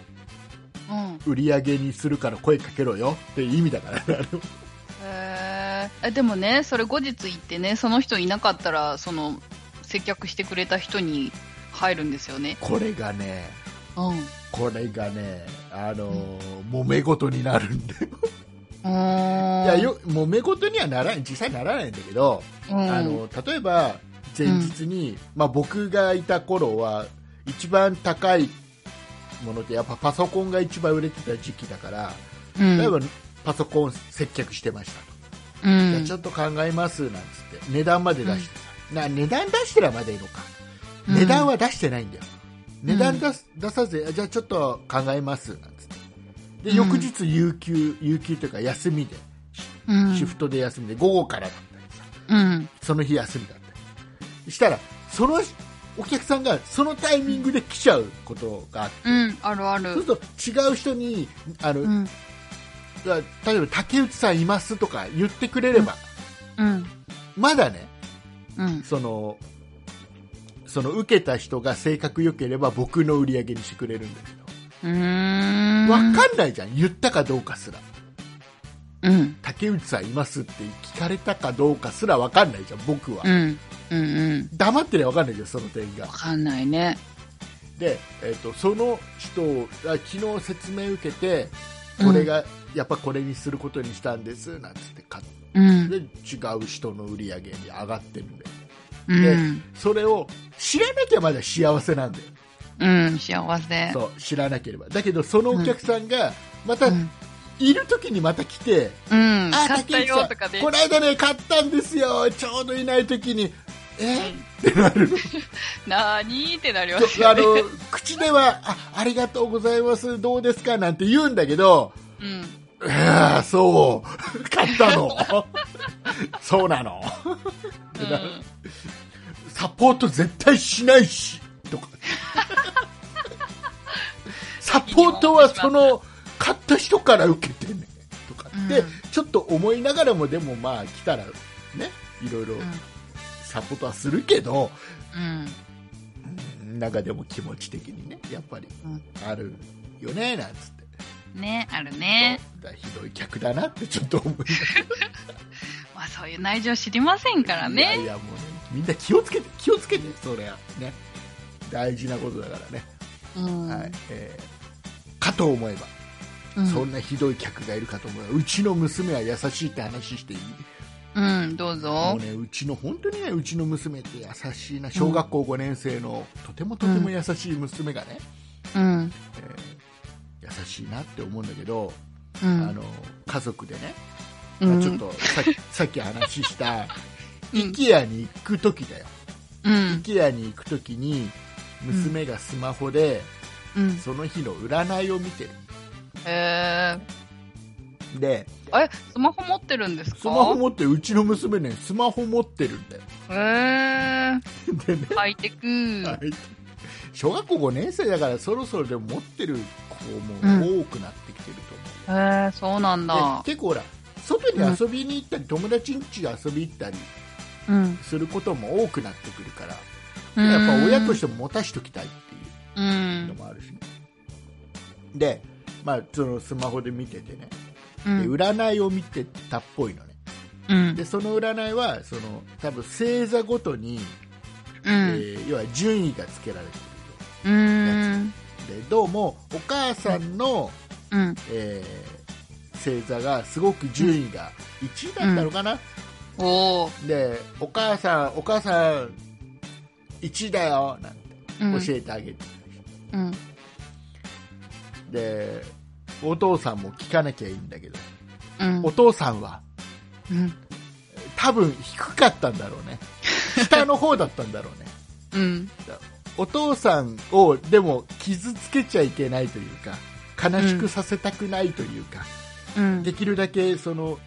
うん。
売り上げにするから声かけろよっていう意味だから、 [LAUGHS] ね、
へーえ。でもね、それ後日行ってね、その人いなかったら、その、接客してくれた人に入るんですよね。
これがね、
うん。
これがね、あのー揉め事になるんで。
い
い
や
や、よ、揉め事にはならない、実際ならないんだけど、
うん、
あの例えば前日に、まあ、僕がいた頃は一番高いものってやっぱパソコンが一番売れてた時期だから
うん、
例えばパソコン接客してましたと、
う
じゃあ
ん、
ちょっと考えますなんつって値段まで出してさ、な値段出してらまでいいのか、
うん
値段は出してないんだよ値段
うん
出す出さずじゃあちょっと考えますなんつって
う
で
ん
翌日有給有給というか休みで
うん、
シフトで休みで午後からだったりさ
うん、
その日休みだったしたらそのお客さんがそのタイミングで来ちゃうことがあって、
うん、あるある。
そうすると違う人にあの、
うん、
例えば竹内さんいますとか言ってくれれば、
うん、
まだね
うん、
そのその受けた人が性格良ければ僕の売り上げにしてくれるんだけど
うーん。
分かんないじゃん言ったかどうかすら
うん、
竹内さんいますって聞かれたかどうかすら分かんないじゃん僕は、
うん、うん、うん。
黙ってりゃ分かんないじゃんその点が
わかんないね。
で、えー、とその人をあ昨日説明受けてこれが、やっぱこれにすることにしたんですなんつって買っ
うん
て、違う人の売り上げに上がってるんで
うん、
それを知らなきゃまだ幸せなんだよ
うん、幸せ。
そう知らなければだけどそのお客さんがまた、
うん、
いる時にまた来て
うん
「
買っ
あ
た
竹内
よ
さん
とかで。
この間ね買ったんですよちょうどいない時にえってなる
なーにーってなります
そう
よ
あ
ね。
の口ではあ「ありがとうございますどうですか?」なんて言うんだけど
うん。
「ええそう買ったのそうなの
うん
サポート絶対しないし」とかサポートはその買った人から受けてねとかって、
うん
ちょっと思いながらもでもまあ来たらねいろいろ
うん
サポートはするけど、
うん
なんかでも気持ち的にねやっぱり
うん
あるよねなんつって。
ね、あるね。
そうだからひどい客だなってちょっと思いまし
まあそういう内情知りませんか
た
ら
いやい
ね。
やもうねみんな気をつけて気をつけてそりゃね大事なことだからね、
うん
はいえーかと思えば、
うん
そんなひどい客がいるかと思えばうちの娘は優しいって話していい
うん、どう
も
ぞ
う。ねうちの本当にねうちの娘って優しいな小学校5年生の、とてもとても優しい娘がね、
うん、
えー優しいなって思うんだけど、
うん。
あの家族でね、
うん
ちょっとさっきさっき話した
うん
IKEA に行く時だよ、
うん。
IKEA に行く時に娘がスマホで
うん。
その日の占いを見てる
えー、
で
え、スマホ持ってるんですか
スマホ持ってるうちの娘ねスマホ持ってるんだよ [LAUGHS]
えー、
でね
ハイテク。
あれ小学校5年生だからそろそろでも持ってる子も多くなってきてると思う、
えー、そうなんだ
で。結構ほら外に遊びに行ったり、友達ん家遊び行ったり
うん。
することも多くなってくるから、やっぱ親としても持たしときたいって
う
いうの
ん。
もあるしね、で、まあ、そのスマホで見ててね
う
で
ん。
占いを見てたっぽいのね
うん。
でその占いはその多分星座ごとに、
う
え
ん。
ー要は順位がつけられて
うん。
るとでどうもお母さんの、
うん。
えー星座がすごく順位が1位だったのかな、
おー。
でお母さんお母さん1位だよなん
うん
て教えてあげて、
うん。
でお父さんも聞かなきゃいいんだけど
うん
お。父さんは
うん。
多分低かったんだろうね下の方だったんだろうね
うん。
お父さんをでも傷つけちゃいけないというか悲しくさせたくないというか、
うん。
できるだけその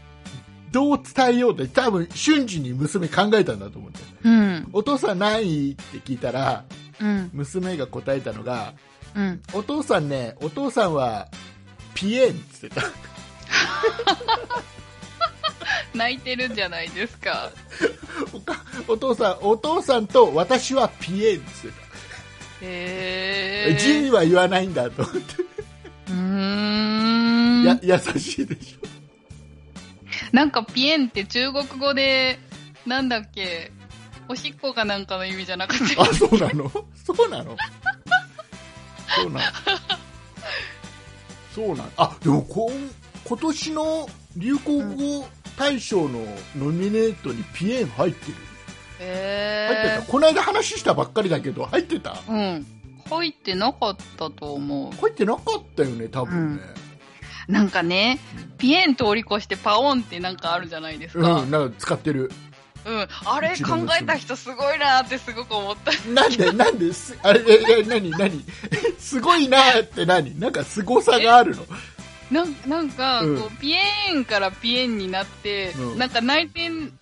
どう伝えようって多分瞬時に娘考えたんだと思うんだよね
うん。
お父さん何位って聞いたら
うん。
娘が答えたのが
うん。
お父さんね、お父さんはピエンって言ってた。 [LAUGHS]
泣いてるじゃないですか。
おかお父さん、お父さんと私はピエンって言ってた。
へえ。
順位は言わないんだと思って。
うーん。
や、優しいでしょ。
なんかピエンって中国語で、なんだっけ、おしっこかなんかの意味じゃなかった
あ、そうなの [LAUGHS] そうなのそうなのそうなのあ、でもこん今年の流行語大賞のノミネートにピエン入ってる。入って
へ
た。この間話したばっかりだけど、入ってた
ーうん。入ってなかったと思
入ってなかったよね、多分ね。
う。なんかね
うん、
ピエン通り越してパオンってなんかあるじゃないです
う
か。
ん、なんか使ってる。
うん。あれ
うち
考
の娘
えた人すごいなーってすごく思った。
なんで、なんで、すあれ、え、え、なに、なに、 [LAUGHS] すごいなーって何なんか凄さがあるの
なんなんか、
うん
こうピエンからピエンになって、
うん
なんか泣いてる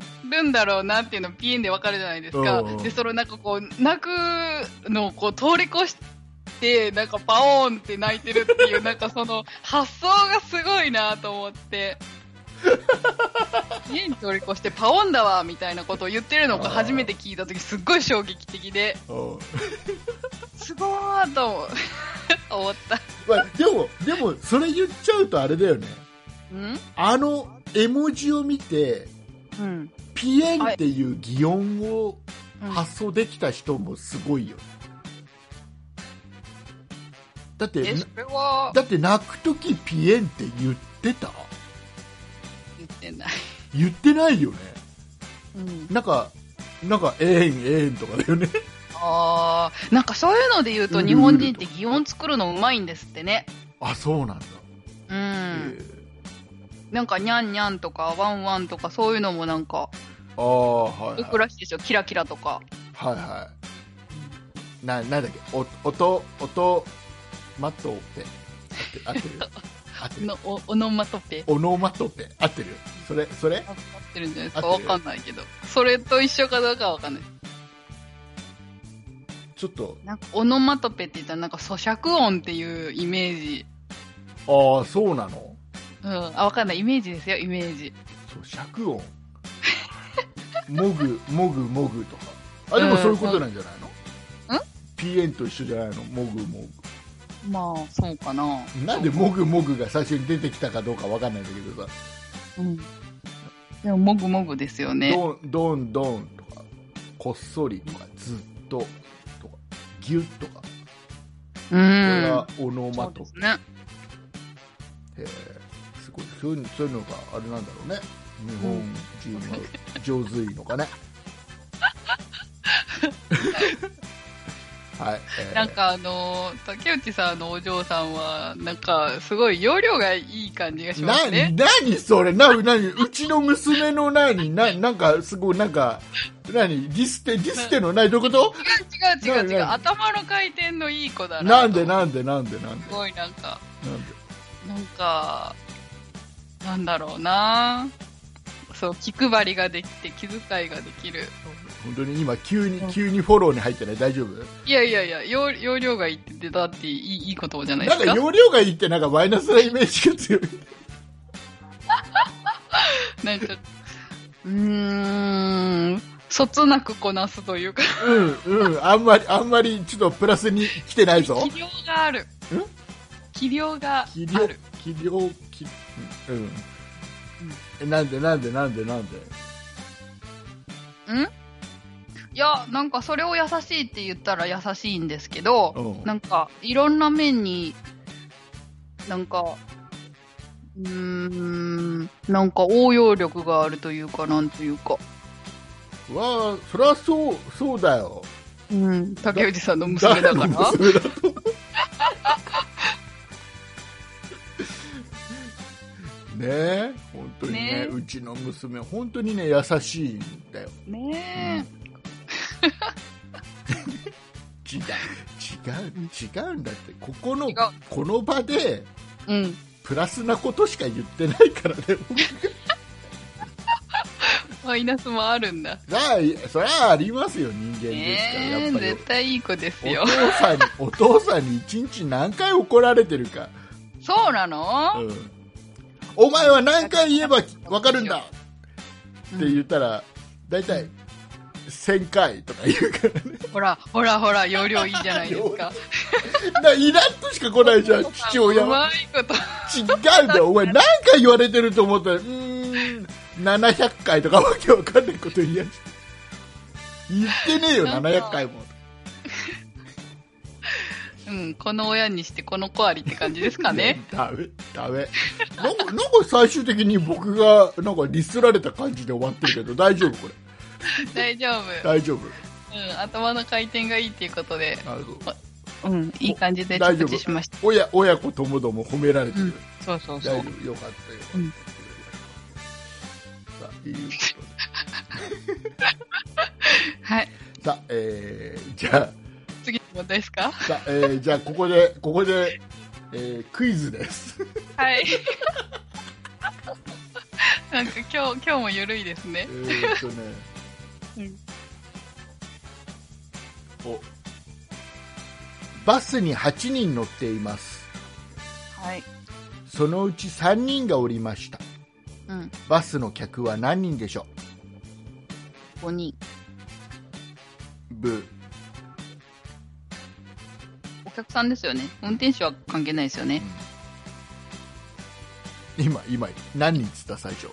んだろうなっていうのピエンでわかるじゃないですか、
うん
でそれなんかこう泣くのをこう通り越してなんかパオーンって泣いてるっていうなんかその発想がすごいなと思 [LAUGHS] って。ピエン通り越してパオンだわみたいなことを言ってるのが初めて聞いた時すっごい衝撃的で
うん
すごーと [LAUGHS] 思思った
まあでも、でも、それ言っちゃうとあれだよね。
うん
あの絵文字を見て、
うん
ピエンっていう擬音を
うん
発想できた人もすごいよ。だって、
えそれは
だって泣くときピエンって言ってた
言ってない
言ってないよね。
うん、
なんか、なんか、えーん、えーんとかだよね。 [LAUGHS]
あーなんかそういうので言うと
うん
日本人って擬音作るのうまいんですってね
あ、そうなんだ。
うん、
えー
なんかにゃんにゃんとかワンワンとかそういうのもなんか
ああはい、
よ
は
く
い、
らしいですよキラキラとか
はいはいななんだっけお音音マトペ合って合ってるよ合ってる
のおオノマトペ
オノマトペ合ってるよそれそれ
合ってるんじゃないですか
合っ
わ
てる
かんないけどそれと一緒かどうかはわかんない
ちょっと
なんかオノマトペって言ったらなんか咀嚼音っていうイメージ
ああそうなの
うんあわかんないイメージですよイメージ
そう
[LAUGHS]
尺音もぐもぐもぐとかあでもそういうことなんじゃない
う
の、
ん
ピエンと一緒じゃないのもぐも
まあそうかな
ぐなんでもぐもぐが最初に出てきたかどうかわかんないんだけどさ
うんでももぐもぐですよね
どんどんどんとかこっそりとかずっととかぎゅっとかこ
う
れ
ん
がオノ
そ
マ
うで
トペ
す、ね
へーすごいそういうそういうのがあれなんだろうね日本人は
[LAUGHS]
上手いのかね、はい、えー
なんかあのー竹内さんのお嬢さんは、なんかすごい容量がいい感じがしま
な
すね。
なにそれな、なにうちの娘のなにな、なんかすごい、なんか、なにディステ、ディステのないどういうこ
違う違う違う違う、
な
頭の回転のいい子だ
と
な。
なんでなんでなんでなんで
すごいなんか、
なん
なんか、なんだろうなそう、気配りができて、気遣いができる。
で本当に今急に、急にフォローに入ってない大丈夫
いやいやいや、容容量がいいって、だっていいいいことじゃないで
な
す
ん
か。
か容量がいいってなんかマイナスなイメージが強い。
なんか、うーん、そつなくこなすというか、
うん、うん、あんまり、あんまりちょっとプラスに来てないぞ
器。量がある。器量があ
気量
る。、
気量、気、うん。えなんでなんでなんでなんで
んいや、なんかそれを優しいって言ったら優しいんですけど、
うん
なんかいろんな面に、なんか、うーん、なんか応用力があるというか、なんというか。
わあ、そりゃそう、そうだよ。
うん、竹内さんの娘だか
誰
ら
の。 [LAUGHS] 娘だとねえ本当にね
ねえ
うちの娘本当にね優しいんだよ
[LAUGHS] ね
違う違う違うんだってここの
違う
この場で
え。うん。
プラスなことしか言ってないからね
マイナスもあるんだ。
さあそりゃありますよ人間ですから、
ねえ
やっぱり
絶対いい子です
お
よ。
父さんにお父さんに一日何回怒られてるか
そうなの、
うんお前は何回言えば分かるんだって言ったら、大体1000回とか言うからね
ほら、ほらほら、容量いいじゃないです
[LAUGHS]
か。
だからイラッとしか来ないじゃん父親
う
は
まいこと。
違うんだよお前何回言われてると思ったらうーん700回とかわけわかんないこと言いやし言ってねえよ
なんか
700回も
うん、この親にしてこの子ありって感じですかね。
ダメダメなんかなんか最終的に僕がなんかディスられた感じで終わってるけど大丈夫これ
大丈夫。
大丈夫
うん、頭の回転がいいっていうことで、
なるほど
うん、いい感じで
大
着
丈
地
夫
しました。
親親子ともども褒められてる、
うんそうそうそ
大
う
丈。夫よかったよかっ
う
た、
ん
さあいうことで
はい。
さあえー、じゃ
次の問題ですか
あさあ、えー、じゃあここでここで、えー、クイズです
はい。 [LAUGHS] なんか今日、今日も緩いですね
え。ーっとね、
うん
おバスに8人乗っています
はい。
そのうち3人が降りました
うん、
バスの客は何人でしょ
5人。
うブー
お客さんですよね。運転手は関係ないですよね。
今今何人っつった最初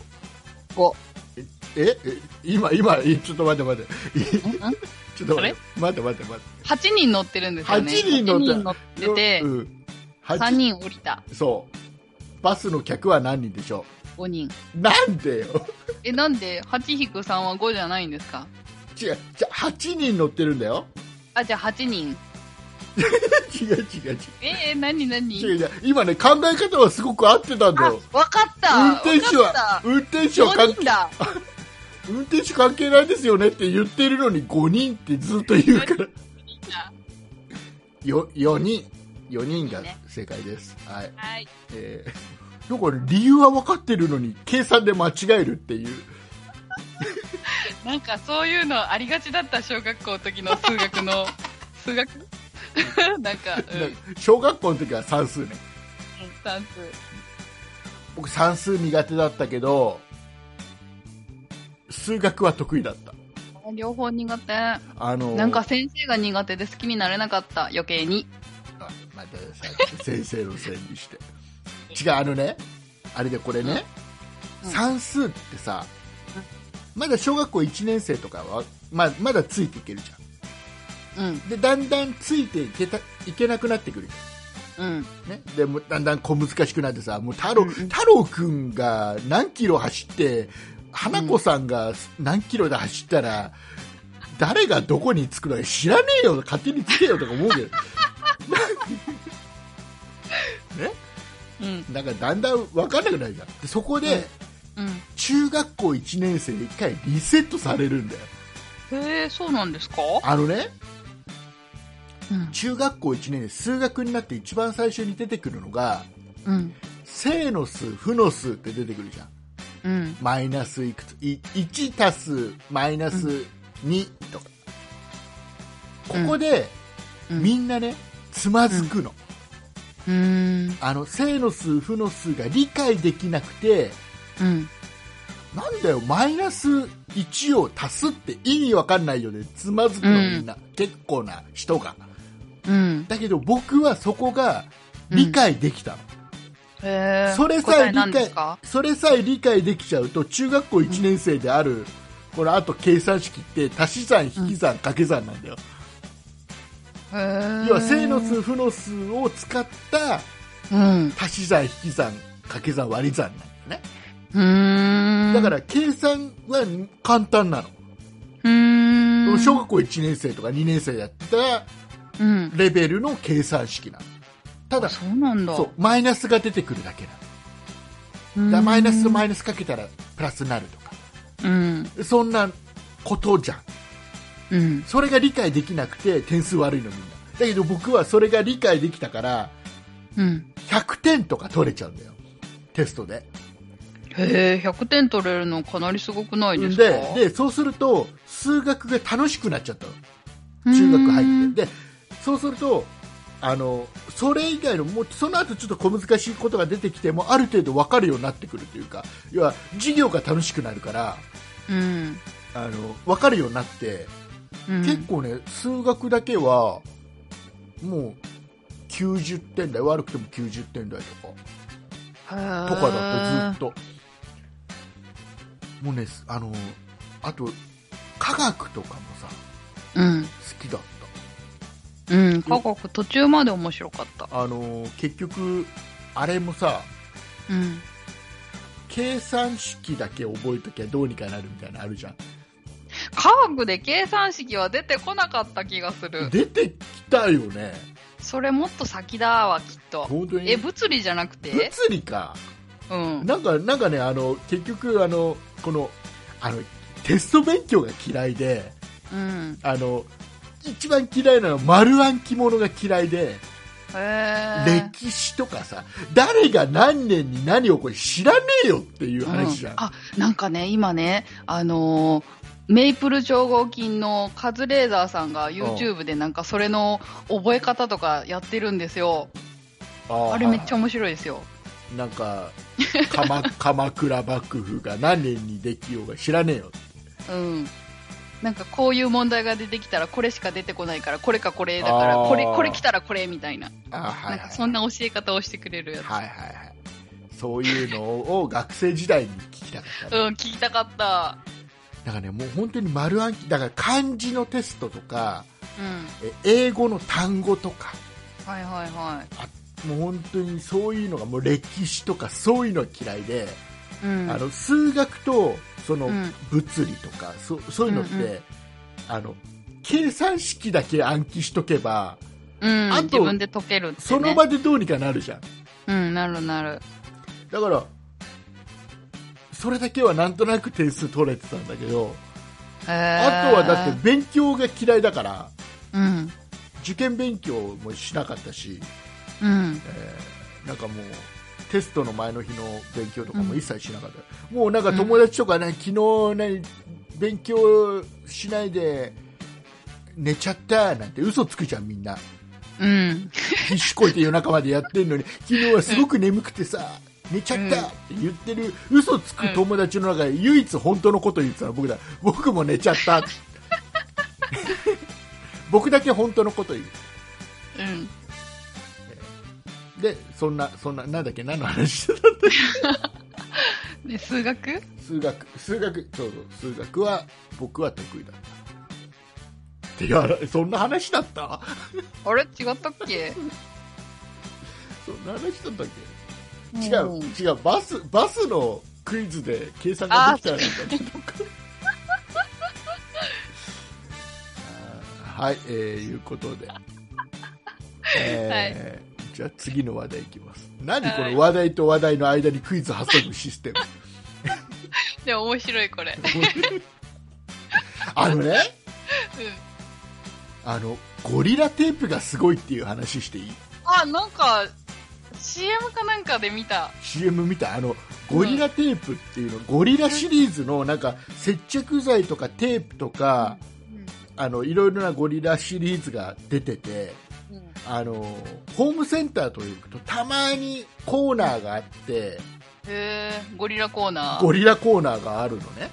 5。
ええ今今えちょっと待って待ってちょっと
あ
待っ
れ
て待って待って待
8人乗ってるんですよね。
8人乗って
8人乗って、
ってうん、8
3人降りた。
そうバスの客は何人でしょ
5人。
うなんでよ
え、なんで8-3は5じゃないんですか
違うじゃ8人乗ってるんだよ
あ、じゃあ8人。
違う違う違う
えー、何何
違う違う今ね考え方はすごく合ってたんだ
あ
よ、
わかった
運転手
わか
は
っ
運転手
た
は関
4人だ
運転手関係ないですよねって言ってるのに5人ってずっと言うからよ4人4人が正解ですはい
はい。
えー、だから理由は分かってるのに計算で間違えるっていう
なんかそういうのありがちだった小学校の時の数学
[LAUGHS]
の、数学 [LAUGHS] なんか、うん、
なんか小学校の時は算数ね
算数。
僕算数苦手だったけど数学は得意だった
両方苦手。
あのー
なんか先生が苦手で好きになれなかった、余計に。
あまたさ先生のせい
[LAUGHS]
にして違うあのねあれでこれね、
うん
算数ってさまだ小学校1年生とかはままだついていけるじゃ
うん、
んでだんだんついていけたいけなくなってくるじゃん
うん。
ね、でもうだんだん小難しくなってさもう太郎、
うんうん
太郎くんが何キロ走って花子さんが何キロで走ったら、誰がどこにつくのか知らねえよ勝手につけよとか思うけど
うん。
なんかだんだん分かんなくなるじゃんでそこで
うん。
中学校1年生で1回リセットされるんだよ
へえ、そうなんですか
あのね
うん。
中学校1年で数学になって一番最初に出てくるのが
うん。
正の数負の数って出てくるじゃん
うん。
マイナスいくつい1たすマイナス2とか、
うん
ここで、
うん
みんなねつまずくの,、
うーん。
あの正の数負の数が理解できなくて
うん。
なんだよマイナス1を足すって意味わかんないよねつまずくの
うん
みんな、結構な人が
うん。
だけど僕はそこが理解できたの、
へえ。
それさ
答
え
え
理
何で
解
すか
それさえ理解できちゃうと中学校1年生である、これあと計算式って足し算引き算掛け算なんだよ、
へえ。
要は正の数負の数を使った
うん。
足し算引き算掛け算割り算なんだよね、
うーん。、
だからら計算は簡単なの、
うーん。
小学校1年生とか2年生でやってた
うん。
レベルの計算式なのただ
そうなんだ。
そうマイナスが出てくるだけなの
うーん。
だからマイナスとマイナスかけたらプラスになるとか
うん。
そんなことじゃん
うん。
それが理解できなくて点数悪いのみんなだけど僕はそれが理解できたから
うん。
100点とか取れちゃうんだよテストで
へえ、100点取れるのかなりすごくないですか
ででそうすると数学が楽しくなっちゃったの中学入ってでそうするとあのそれ以外のもうその後ちょっと小難しいことが出てきてもある程度分かるようになってくるというか要は授業が楽しくなるから
て。うん。
あの分かるようになって
うん
結構ね数学だけはもう90点台悪くても90点台とか
へー
とかだとずっともうねすあのあと科学とかもさ
うん。
好きだっ
うん。科学途中まで面白かった。
たあの結局あれもさ
うん。
計算式だけ覚えときゃどうにかなるみたいなのあるじゃん
科学で計算式は出てこなかった気がする。
出てきたよね
それもっと先だわ、きっと。
本当に
え、物理じゃなく
物
て
理か
うん。
なんかなんかねあの結局あのこのあのテスト勉強が嫌いで
うん。
あの一番嫌いなのは丸暗記ものが嫌いで
へえ。
歴史とかさ誰が何年に何をこれ知らねえよっていう話じゃん、
うんあ、なんかね、今ね、あのーメイプル超合金のカズレーザーさんが YouTube でなんかそれの覚え方とかやってるんですよ。
あー
あれめっちゃ面白いですよ。
なんか
[LAUGHS]
鎌鎌倉幕府が何年にできようが知らねえよ
うん。なんかこういう問題が出てきたらこれしか出てこないからこれかこれだから
あー
これ、これ来たらこれみたいな。
あーは
ないん
は
か
い
そんな教え方をしてくれるやつ。
はいはいはいそういうのを学生時代に聞きたかったね、
うん、聞きたかった。
だからねもう本当に丸暗記だから漢字のテストとか
うん。
え英語の単語とか
はいはいは
もう本当にそういうのがもう歴史とかそういうのは嫌いで、
い。うん。
あの数学とその
うん
物理とか、そそういうのって、
うんう
あの計算式だけ暗記しとけば
うん、
あと
自分で解けるって、ね。
その場でどうにかなるじゃん、
うん、なるなる。
だからそれだけはなんとなく点数取れてたんだけど、
へ
あ
あ
とはだって、勉強が嫌いだから
うん。
受験勉強もしなかったし
うん。
なんかもうテストの前の日の勉強とかも一切しなかった、もうなんか友達とかね、昨日ね勉強しないで寝ちゃったなんて嘘つくじゃんみんな
うん。
必死こいて夜中までやってんのに昨日はすごく眠くてさ、寝ちゃったって言ってる嘘つく友達の中で唯一本当のこと言ってたのは僕だ僕も寝ちゃった [LAUGHS] 僕だけ本当のこと言う
うん。
でそんなそんななんだっけ何の話してた
で、数学
数学数学そうそう数学は僕は得意だったい [LAUGHS] やそんな話だっ
あ
た
れ違ったっけ
そんな話だったっけ違う、
ん
違うバスバスのクイズで計算ができたらなんか [LAUGHS] はい、えー、いうことで、えーじゃあ次の話題いきます何こ
はい
の話題と話題の間にクイズ挟むシス
[LAUGHS]
テム
でも面白いこれ。
あのね
うん。
あのゴリラテープがすごいっていう話していい
あ、なんか、CM かなんかで見た。
CM 見たあのゴリラテープっていうの、ゴリラシリーズのなんか接着剤とかテープとかあのいろいろなゴリラシリーズが出てて
うん。うん。
あのホームセンターというとたまにコーナーがあって
へーゴリラコーナー。
ゴリラコーナーがあるのね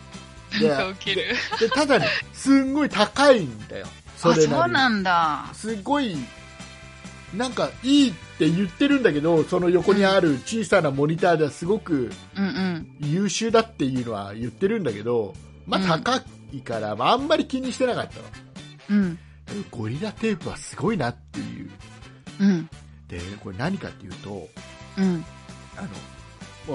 で
[LAUGHS] なんかウケる。
でただねすんごい高いんだよそ
あ、
れ
そ
な
う
りに
なんだ。
すごいなんかいいって言ってるんだけどその横にある小さなモニターではすごく
うんうん。
優秀だっていうのは言ってるんだけど、ま
うん
あ、高いから、まあ、あんまり気にしてなかったの
うん。
でゴリラテープはすごいなっていう
うん。
でこれ何かっていうと
うん。
あの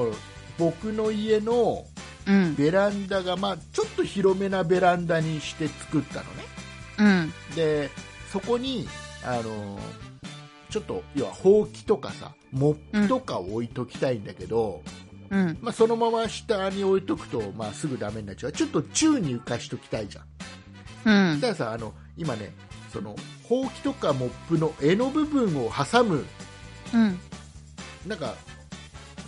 もう僕の家の
うん。
ベランダが、まあ、ちょっと広めなベランダにして作ったのね
うん。
でそこにあのちょっと要はほうきとかさモップとかを置いときたいんだけど、
うん。
まあ、そのまま下に置いとくと、まあ、すぐダメになっちゃうちょっと宙に浮かしときたいじゃん
うん
た。ださあの今ねそのほうきとかモップの柄の部分を挟む
うん。
なんか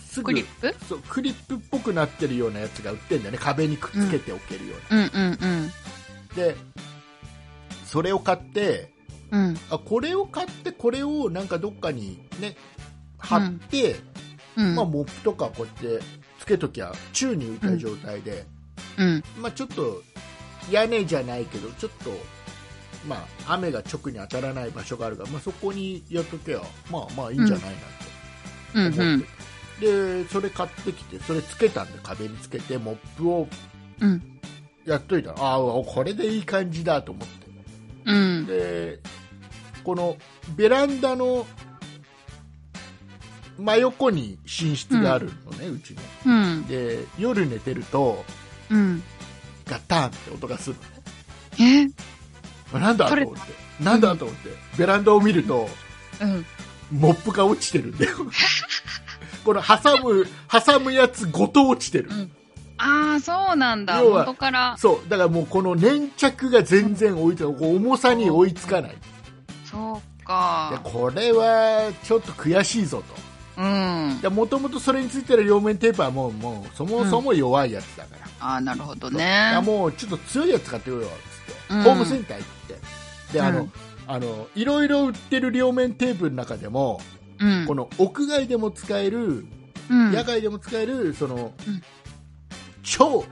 すぐ
クリップ
そうクリップっぽくなってるようなやつが売ってるんだよね壁にくっつけておけるよう
うんうんうん。
な、でそれを買って
うん。
あこれを買ってこれをなんかどっかにね貼って、
うん。
まあ、モップとかこうやってつけときゃ宙に浮いた状態で、
うん。
まあ、ちょっと屋根じゃないけどちょっと、まあ、雨が直に当たらない場所があるから、まあ、そこにやっとけばまあまあいいんじゃないな
うん。う
と思っ
ん
て、。でそれ買ってきてそれつけたんで壁につけてモップを
うん。
やっといたらああこれでいい感じだと思って
うん。
でこのベランダの真横に寝室があるのね、うちの
うん。
で夜寝てると
うん。
ガタンって音がする
え
のなんだ
ことれ
思ってなんだと思って、ベランダを見ると
うん。
モップが落ちてる
[LAUGHS]
んだよこの挟む挟むやつごと落ちてる、
うんああ、そうなんだ。
要は
元から。
そうだからもうこの粘着が全然追いつかないこう重さに追いつかない
そう
で
か。
これはちょっと悔しいぞと
うん。
もともとそれについてる両面テープはもうもうそもそも弱いやつだから、
ああ、なるほど
い
ね
や。もうちょっと強いやつ買ってこようっつって、
うん
ホームセンター行ってであの、
うん
あのいろいろ売ってる両面テープの中でも、
うん。
この屋外でも使える、
うん
野外でも使えるその、
うん
超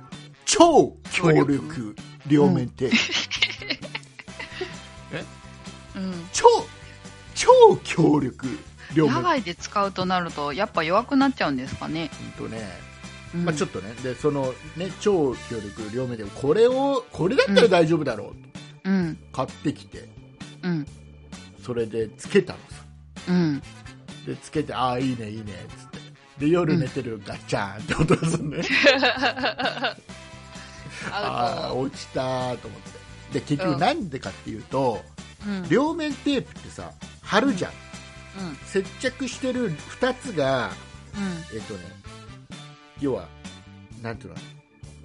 超強力両面テープ、
うん。
超超強力両面
野外で使うとなると、やっぱ弱くなっちゃうんですかね。
うんとね
うん
まあ、ちょっとね、でそのね超強力両面でこれをこれだったら大丈夫だろうと
うん。
買ってきて
うん。
それでつけたのさ
うん。
でつけてああいいねいいねっつってで夜寝てるガチャーンって音がするね、 [LAUGHS] あ
ア
あ
ウ
落ちたーと思ってで結局なんでかっていうと、
ト。うん。うん。
両面テープってさ貼るじゃん接着してる2つがえっとね要はなんていうの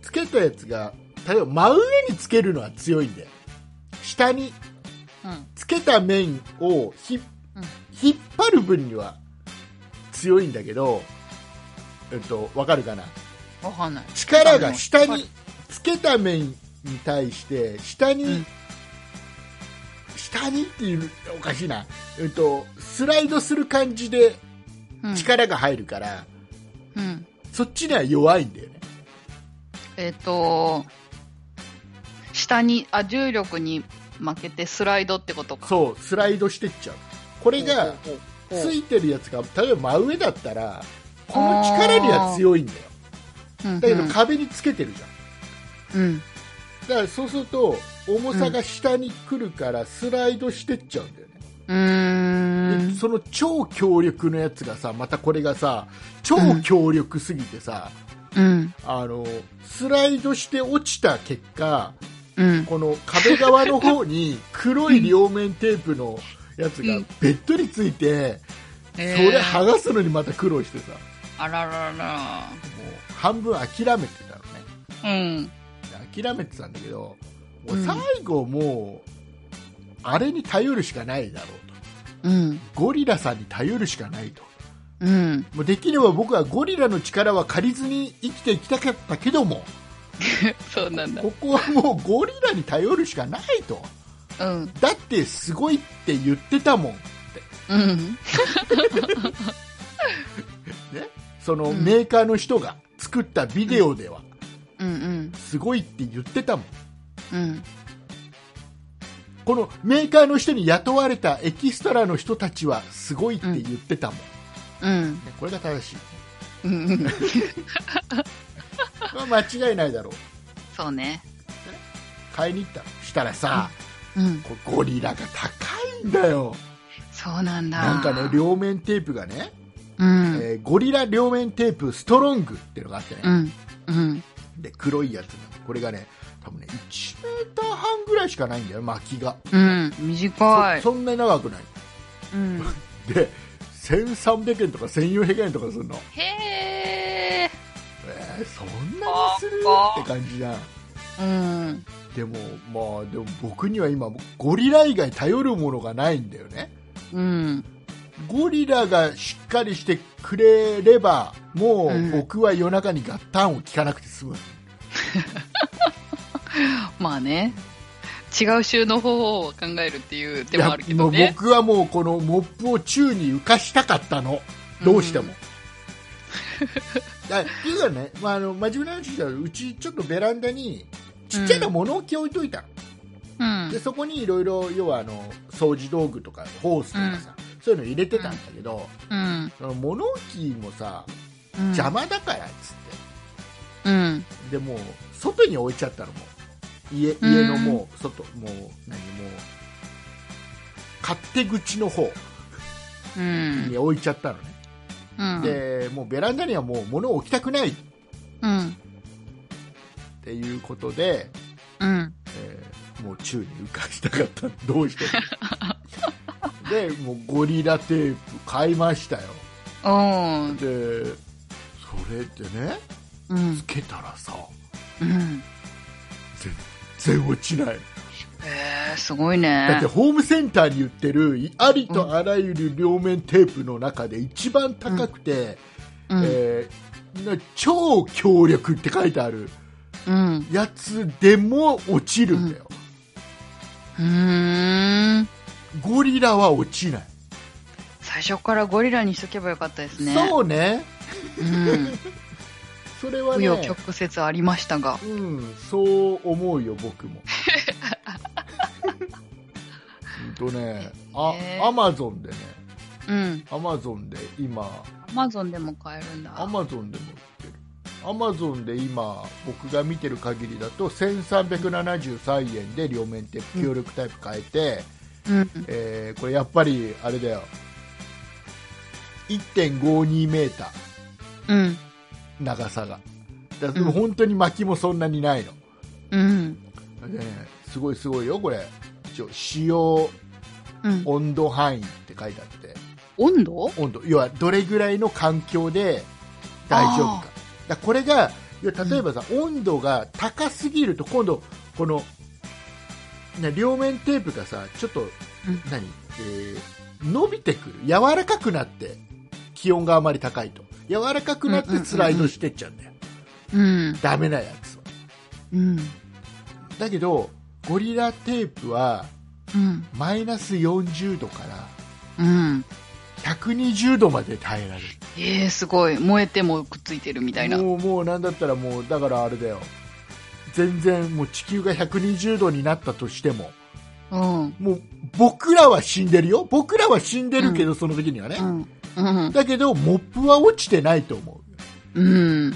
つけたやつが例えば真上につけるのは強いんだよ下に
うん。
つけた面をひ、
うん
引っ張る分には強いんだけど、えっと、わかるかな
わかんない。
力が下
はい
につけた面に対して下に、
うん
下にっていうおかしいな、えっと、スライドする感じで
うん。
力が入るから、
うん。
そっちには弱いんだよね
えっ、と、下に、あ、重力に負けてスライドってことか。
そうスライドしてっちゃうこれが
うん
ついてるやつが例えば真上だったらこの力には強いんだよ
うん、
だけど壁につけてるじゃん
うん。
だからそうすると重さが下に来るからスライドしてっちゃうんだよね、
うー
で
ん。
その超強力のやつがさまたこれがさ超強力すぎてさ、
うん。
あのスライドして落ちた結果
うん。
この壁側の方に黒い両面テープのやつがべっとりついて、
そ
それ剥がすのにまた苦労してさも
あららら
う半分諦めてたのね
ら。うん。
諦めてたんだけど、もううん最後もうあれに頼るしかないだろう
うん。
とゴリラさんに頼るしかないと
うん。
もうできれば僕はゴリラの力は借りずに生きていきたかったけども
そうなんだ。
ここはもうゴリラに頼るしかないと
うん。
だってすごいって言ってたもん
うん。
その
うん
メーカーの人が作ったビデオでは
うんうん。
すごいって言ってたもん
うん。
このメーカーの人に雇われたエキストラの人たちはすごいって言ってたもん、
うん。
ねこれが正しい
うん。
まあ間違いないだろう
そうね。
買いに行ったのしたらさ、
うん。
こうゴリラが高いんだよ
そうなんだ。
なんかね両面テープがね、
うん。
えーゴリラ両面テープストロングっていうのがあってね、
うん。うん。
で黒いやつなのこれがね多分ね1メーター半ぐらいしかないんだよ巻きが
うん。短い。
そそんなに長くない
うん。
で1300円とか1400円とかするの
へえ。
えーそんなにする
高っ
って感じじゃん
うん。
でもまあでも僕には今ゴリラ以外頼るものがないんだよね
うん。
ゴリラがしっかりしてくれればも
うん
う僕は夜中にガッタンを聞かなくて済む、
まあね。違う収納方法を考えるっていう手
いや
もあるけど
もう
ね。
僕はもうこのモップを宙に浮かしたかったのどうしても、だっていうかね、まあ、あの真面目な話じゃうちちょっとベランダにちっちゃな物置置いといたの、
うん。
でそこにいろいろ要はあの掃除道具とかホースとかさ、そういうの入れてたんだけど、
うん。
その物置もさ
うん。
邪魔だからっつって、
うん。
でもう外に置いちゃったのもう家
うん
家のもう外もう何もう勝手口の方
うん。
に置いちゃったのね、
うん。
でもうベランダにはもう物を置きたくないっ
うん。
ていうことで、
うん。
えーもう宙に浮かしたかったど
[LAUGHS]
うしてもでもうゴリラテープ買いましたよ
おー。
でそれってね
うん
つ。けたらさ
うん。
全然落ちない
えー、すごい
だっ
ね
て。ホームセンターに売ってるいありとあらゆる両面テープの中で一番高くて、
うん。
えーな超強力って書いてある
うん。
やつでも落ちるんだよ、
うーん。
ゴリラは落ちない、
最初からゴリラにしとけばよかったですね。
そうね
うん。
それは
紆
ね、
余曲折ありましたが。
うん、そう思うよ僕もうんとねあ
ね
アマゾンでね
うん。
アマゾンで今
アマゾンでも買えるんだ。
アマゾンでも売ってるアマゾンで今僕が見てる限りだと1373円で両面テープ協力タイプ変えて、
うん。
えーこれやっぱりあれだよ1.52メータ
うん。
ー長さがだでも本当に薪もそんなにないの、
うん。
でねすごいすごいよこれ一応使用
うん。
温度範囲って書いてあって
温度
温度要はどれぐらいの環境で大丈夫かだこれが要は例えばさ、温度が高すぎると今度この、ね、両面テープがさちょっと、何、えー伸びてくる柔らかくなって気温があまり高いと柔らかくなっ
うんうんうん
て
うん
スライドしてっちゃうんだよ、
うん。
ダメなやつは
うん。
だけどゴリラテープは
うん。
マイナス40度から
うん。
120度まで耐えられる
ええー、すごい。燃えてもくっついてるみたいな。
もうもうなんだったらもうだからあれだよ全然もう地球が120度になったとしても
うん。
もう僕らは死んでるよ僕らは死んでるけど、その時にはね
う、ん。うん。
だけどモップは落ちてないと思
うん。
う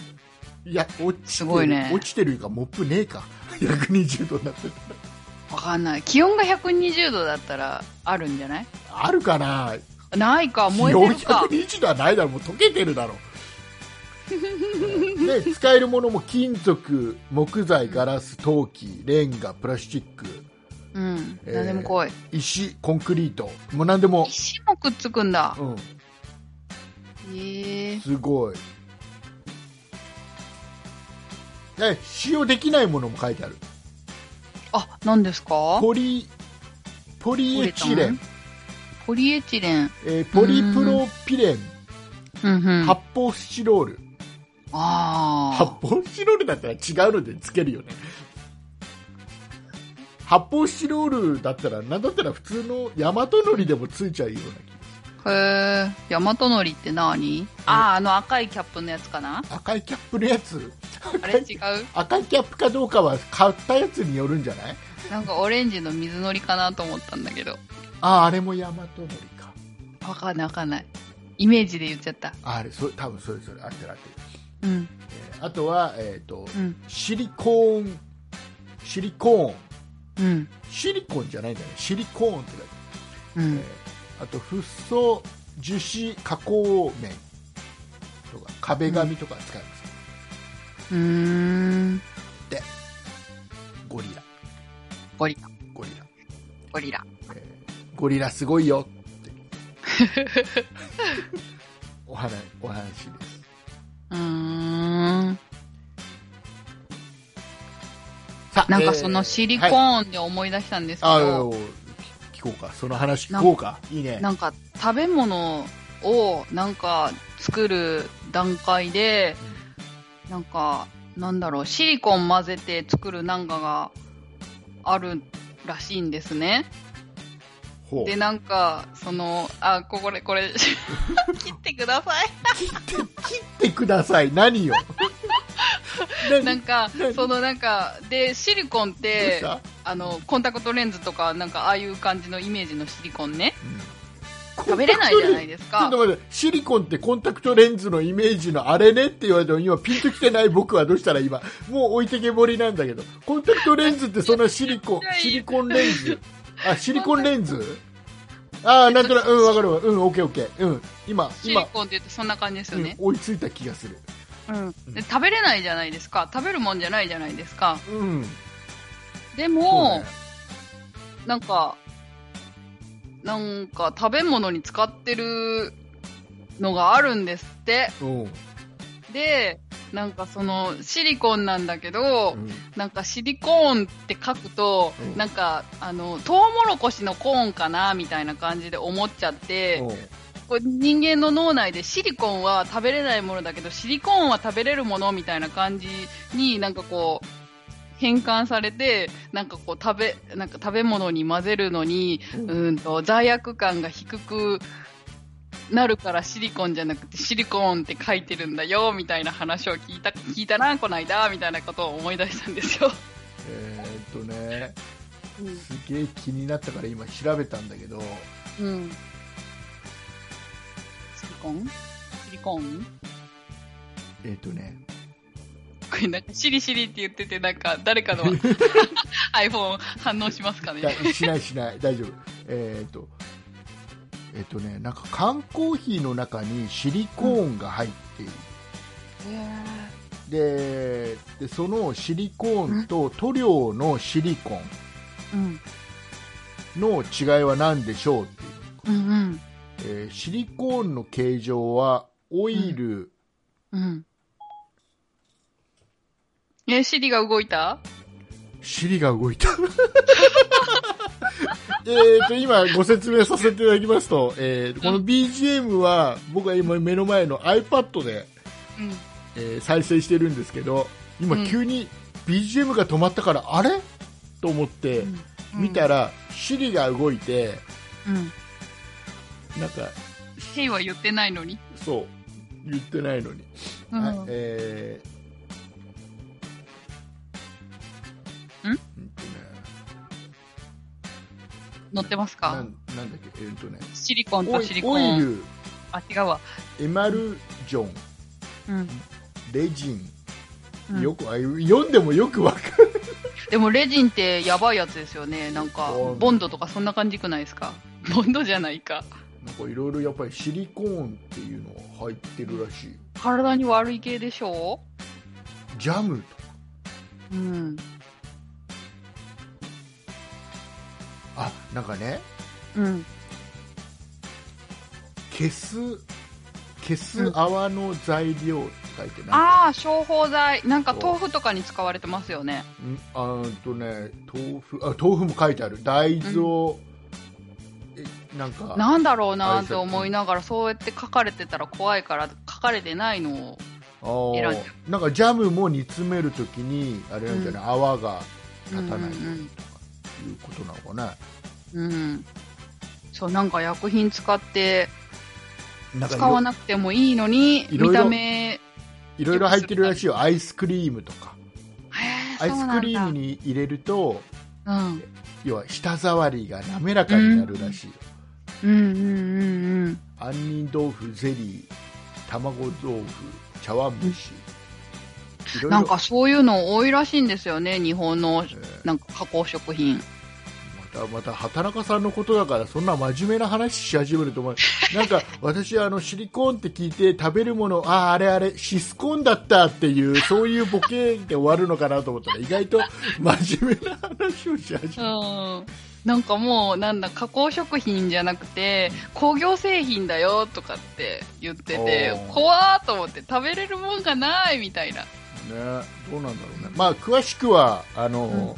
いや落ちてる
すごいね
落ちてるかモップねえか [LAUGHS] 120度になってる
わかんない。気温が120度だったらあるんじゃない
あるかな
ないか、燃えてるか。
420度はないだろもう溶けてるだろで使えるものも金属木材ガラス陶器レンガプラスチック
うん。
えー
何でも来い。
石コンクリートもう何でも、
石もくっつくんだ。
うん、
ええ。
すごいで使用できないものも書いてある
あ、何ですか
ポリポリエチレン、
ポリエチレン。
えーポリプロピレン
うんうん。
発泡スチロール発
あ
泡スチロールだったら違うのでつけるよね発泡スチロールだったらなんだったら普通の大和のりでもついちゃうような
あ。へえ。ヤマトノリって何ああ、あの赤いキャップのやつかな
気赤いキャップのやつ
あれ違う
赤いキャップかどうかは買ったやつによるんじゃない
なんかオレンジの水のりかなと思ったんだけど。
あああれも大和のりか
わかんないわかんない。イメージで言っちゃった。
ああれそ多分それそれあってるあってる、
うん。
えーあとは、えーと
うん。
シリコーンシリコーン
うん。
シリコンじゃないんだよねシリコーンって書いてある
うん。
あとフッ素樹脂加工面とか壁紙とか使います、
うーん。
ゴリラ
ゴリラ。
ゴリラ、
ゴリラ。
えーゴリラすごいよってお話お話です
うーん。
さ
なんかそ
え
の
ー
シリコ
はい
ーンで思い出したんですけ
あ
ど、
ー聞こうかその話聞こうかいいね
なんか食べ物をなんか作る段階で、なんか、なんだろう、シリコン混ぜて作るなんかがあるらしいんですね。
ほう
で、なんか、その、あ、ここれ、これ、 [LAUGHS] 切ってください。
切って切ってください
[LAUGHS]
何よ何
なんか
何、
そのなんか、で、シリコンっ、
どうしてた
あの、コンタクトレンズとか、なんか、ああいう感じのイメージのシリコンね。
うん
食べれないじゃないです
ちょ
か
っと。待って、シリコンってコンタクトレンズのイメージのあれねって言われても、今ピンときてない僕はどうしたら今、もう置いてけぼりなんだけど、コンタクトレンズってそんなシリコ
[LAUGHS]
ン
いやい、や
シリコンレンズあ、シリコンレンズああ、なんとなく、うん、わかるわ。うん、オッケーオッケー。うん、今、
シリ
今、
コンって言うとそんな感じですよ
うん
ね、、
追いついた気がする。
うんで食べれないじゃないですか食べるもんじゃないじゃないですか
うん。
で
そう
も、
ね
なんかなんか食べ物に使ってるのがあるんですって
うん。うん
でなんかそのシリコンなんだけど、なんかシリコーンって書くと、
うん
なんかあのトウモロコシのコーンかなみたいな感じで思っちゃって、
うん
こう人間の脳内でシリコンは食べれないものだけどシリコンは食べれるものみたいな感じになんかこう変換されてなんかこう食べなんか食べ物に混ぜるのにう
うん
ーんと罪悪感が低くなるからシリコンじゃなくてシリコンって書いてるんだよみたいな話を聞いた聞いたなこないだみたいなことを思い出したんですよ。
えーっとね、すげえ気になったから今調べたんだけど、
うん、シリコンシリコン
えーっとね、
これなんか、シリシリって言ってて、なんか、誰
[LAUGHS]
かの iPhone 反応しますかね。
だしないしない大丈夫えーっとえーっとねなんか缶コーヒーの中にシリコーンが入っている、ででそのシリコーンと塗料のシリコ
うん、
ンの違いは何でしょうっていう、
うん、
えーシリコーンの形状はオイル、
うん。え、シリが動いた
シリが動いた [LAUGHS] えっと今ご説明させていただきますと、えーこの BGM は僕は今目の前の iPad で
うん。
えー再生してるんですけど今
うん
急に BGM が止まったから、あれと思って見た
ら。
ら、シリが動いて
うん。
なんか
ヘイは言ってないのに。
そう言ってないのに、
うん。
はいえー、
ん
うんとね
乗ってます
な
か
んなんだっけえーっとね
シリコン
オ
と
イ
シリコ
オイ
ン。
ル
あ、違うわ。
エマルジョン
うん。
レジン、
うん
よくあ読んでもよくわかる
でも、レジンってやばいやつですよね。なんか
う、ん
ボンドとかそんな感じくないですかボンドじゃないか。
なんかいろいろやっぱりシリコーンっていうのが入ってるらしい
体に悪い系でしょ
ジャムとか
ううん。
あなんかね
うん。
消す消す泡の材料って書いてない、
ああ、消泡剤。なんか豆腐とかに使われてますよね。
うんあーんとね豆腐あ豆腐も書いてある大豆を、えなんか
なんだろうなーって思いながら、そうやって書かれてたら怖いから、書かれてないのを。
あー
選んじゃ
なんかジャムも煮詰めるときにあれなんじゃない、泡が立たないと
うん
いうことなのかな,、
うんうん。そう、なんか薬品使って、
なんかい
使わ
ろ
なくてもいいのに、
いろいろ
見た目、
いろいろ入ってるらしいよアイスクリームとか
へー
アイスクリーム
そう
に入れると
なんだ
要は舌触りが滑らかになるらしいよ、
うんうんうんうんうん。
杏仁豆腐ゼリー卵豆腐茶碗蒸し、いろいろ
なんかそういうの多いらしいんですよね、日本の
えー
なんか加工食品。
またまた畑中さんのことだからそんな真面目な話し始めると思うなんか [LAUGHS] 私あのシリコーンって聞いて食べるものあああれあれシスコーンだったっていうそういうボケで終わるのかなと思ったら意外と真面目な話をし始
う
める
ん。なんかもう、なんだ、加工食品じゃなくて、工業製品だよとかって言ってて
おー、
怖ーと思って食べれるもんがないみたいな。
ねどうなんだろうねまあ詳しくはあの、
うん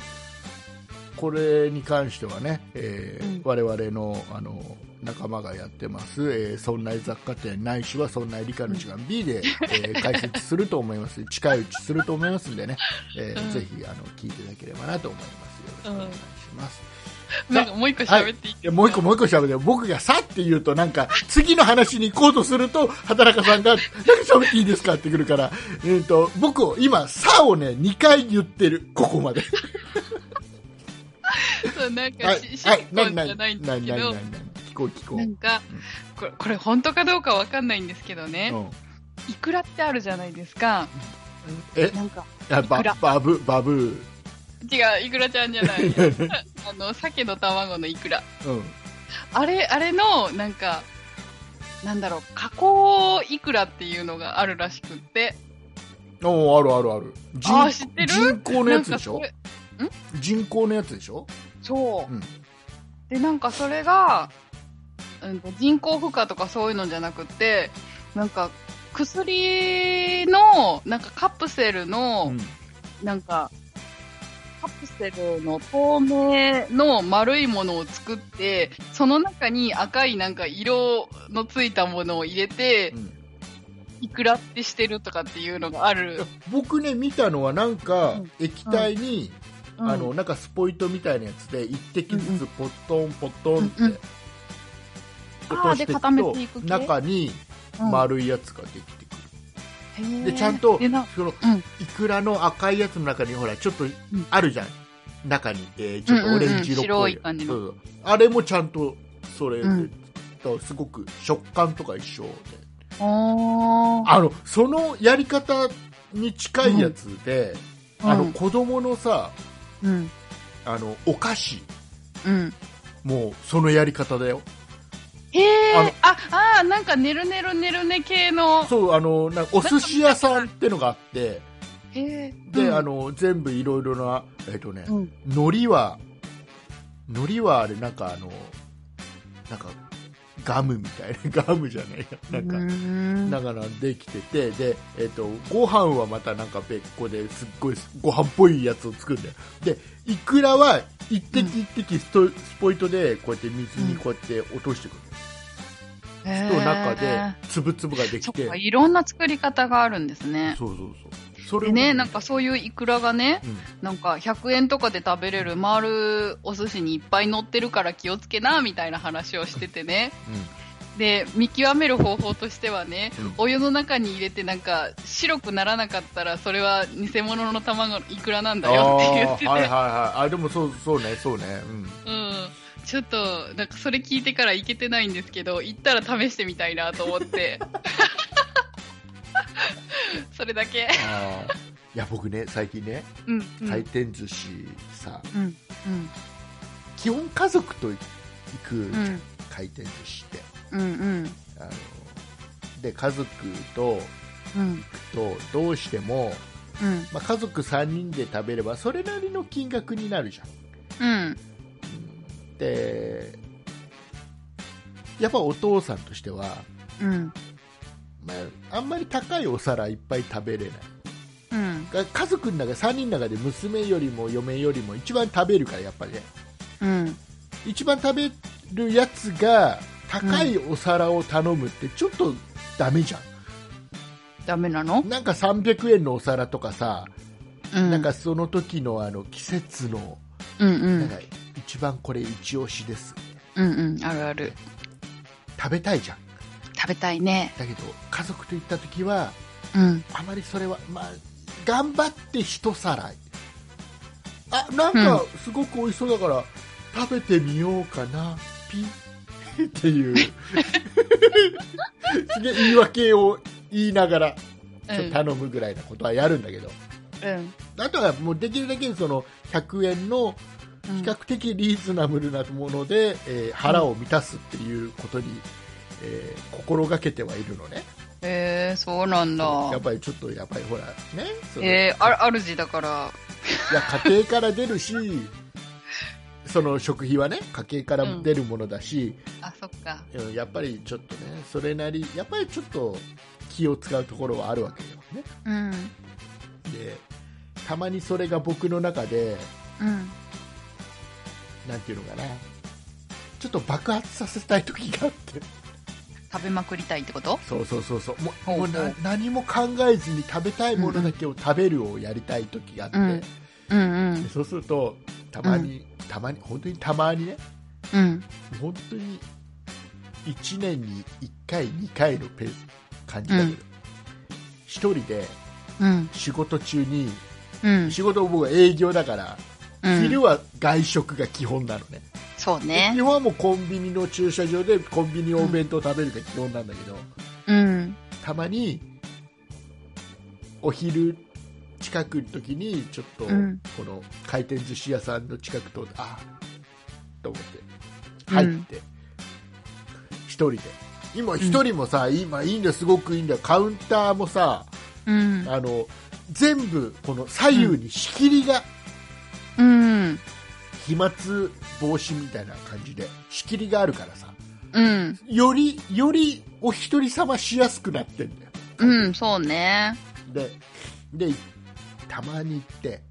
これに関してはね、えー
うん
我々のあの仲間がやってます、えー、そんな雑貨店ないしはそんな理科の時間 B で、えー解説すると思います近いうちすると思いますんでね、えー
うん
ぜひあの聞いていただければなと思いますよろしくお願いします、
なんかもう一個喋っていい
いやもう一個もう一個喋って僕がさって言うとなんか次の話に行こうとすると畑中さんが「なんか喋っていいですか?」ってくるから、えー、と僕を今「さ」をね2回言ってるここまで
そうなんか、
はい
しシ
は
リ
い
コン
何
じゃ
何
ないん
何
だ
何
け
何
ど、
聞こう聞こう、
なんか、これ、これ本当かどうかわかんないんですけどね、
うん、
イクラってあるじゃないですか。
え
なんか、
あ
い
バ
くら
バブバブー
違う、イクラちゃんじゃない。 [LAUGHS] あの、鮭の卵のイクラ。
うん
あれ、あれの、なんか、なんだろう、加工いくらっていうのがあるらしくって。
おーあるあるある人
あー知ってる
人工のやつでしょ
なんか
人工のやつでしょ
それそう、
うん
で、なんかそれが、うんと、人工負荷とかそういうのじゃなくて、なんか、薬の、なんかカプセルの、
ん
なんか、カプセルの透明の丸いものを作って、その中に赤いなんか色のついたものを入れて
う、ん
いくらってしてるとかっていうのがある。
僕ね見たのはなん
う
か
ん
液体に、あのなんかスポイトみたいなやつで一滴ずつポットンポットンって、
うんうん
落としていく
あーで固めていく系
中に丸いやつができてくる、
うん、
でちゃんと
でな
その
うん
いくらの赤いやつの中にほらちょっとあるじゃん、中に、えーちょっとオレンジ色っぽい,、
うんうんうん白い感じの
そうそうあれもちゃんとそれで、
うん
とすごく食感とか一緒で
おー
あのそのやり方に近いやつで、あ
う
の
ん
子供のさ
うん。
あのお菓子
うん。
もうそのやり方だよ
へ
あ
え
の。
あ、あー、なんかねるねるねるね系の。
そうあのなんかお寿司屋さんってのがあって
へえ。
で、
うん
あ。の全部いろいろなえっ、とね、
うん。
海苔は海苔はあれなんかあのなんかガムみたいな [LAUGHS] ガムじゃないやなんか、
ん
だからできててでえっ、とご飯はまたなんか別個ですっごいご飯っぽいやつを作るんだよでいくらは一滴一滴スト、スポイトでこうやって水にこうやって落としてくる、
へー
の中で粒々ができ
そ
て
っか、いろんな作り方があるんですね。
そうそうそう。そ
で
を
ね、なんかそういうイクラがね、
うん
なんか100円とかで食べれる丸お寿司にいっぱい乗ってるから気をつけな、みたいな話をしててね。で、見極める方法としてはね、
うん
お湯の中に入れてなんか白くならなかったらそれは偽物の卵のイクラなんだよって言ってて、
あーはいはいはい。あ、でもそう、そうね、そうね。
うん、ちょっとなんかそれ聞いてからいけてないんですけど行ったら試してみたいなと思って [LAUGHS] それだけ
いや、僕ね、最近ね、
うんうん
回転寿司さ、
うんうん
基本家族と行く
う、ん
回転寿司って。
うんうん
あので、家族と、
うん。
とどうしても、
うん。
まあ、家族3人で食べればそれなりの金額になるじゃん
うん。
でやっぱお父さんとしては、
うん。
まあ、あんまり高いお皿いっぱい食べれない
うん。
が家族の中3人の中で娘よりも嫁よりも一番食べるからやっぱりね
うん。
一番食べるやつが高いお皿を頼むってちょっとダメじゃん、
ダメなの
なんか300円のお皿とかさ、
うん。
なんかその時のあの季節の
うん
なんか一番これ一押しです
うん。うんうん。あるある。
食べたいじゃん
食べたいね。
だけど家族と行った時は
うん。
あまりそれはまあ頑張って一皿あなんかすごく美味しそうだから、食べてみようかなピッ [LAUGHS] っていう [LAUGHS] すげえ言い訳を言いながらちょっと頼むぐらいなことはやるんだけど、
うん。
あとはもうできるだけその100円の比較的リーズナブルなもので、えー腹を満たすっていうことに、えー心がけてはいるのね
えー、そうなんだ。
やっぱりちょっとやっぱりほらねその
えー、あ、あるじだから。
いや家庭から出るしその食費はね家計から出るものだし、
あ、そっか。
うんやっぱりちょっとねそれなりやっぱりちょっと気を使うところはあるわけよね
うん。
でたまにそれが僕の中で
うん。
なんていうのかなちょっと爆発させたい時があって
食べまくりたいってこと
そうそうそうそうもう
ほう
もう
ほ
な
う
何も考えずに食べたいものだけを食べるをやりたい時があって、
うんうんう
で。そうするとたまに、たまに本当にたまにね
うん。
本当に1年に1回2回のペース感じだけど、
うん
一人で
うん。
仕事中に
うん。
仕事僕は営業だから、
うん。
昼は外食が基本なのね
そう
で
ね
基。本はもうコンビニの駐車場でコンビニお弁当食べるが基本なんだけど、
うん。
たまにお昼近くの時にちょっとこ
うん
の回転寿司屋さんの近くとあと思って
うん
入って、一人で今一人もさ、今いいんだよすごくいいんだよカウンターもさ
うん。
あの全部この左右に仕切りが、
うん。
飛沫防止みたいな感じで仕切りがあるからさ
うん。
よりよりお一人様しやすくなってんだよ
うん、そうね。
ででたまに行って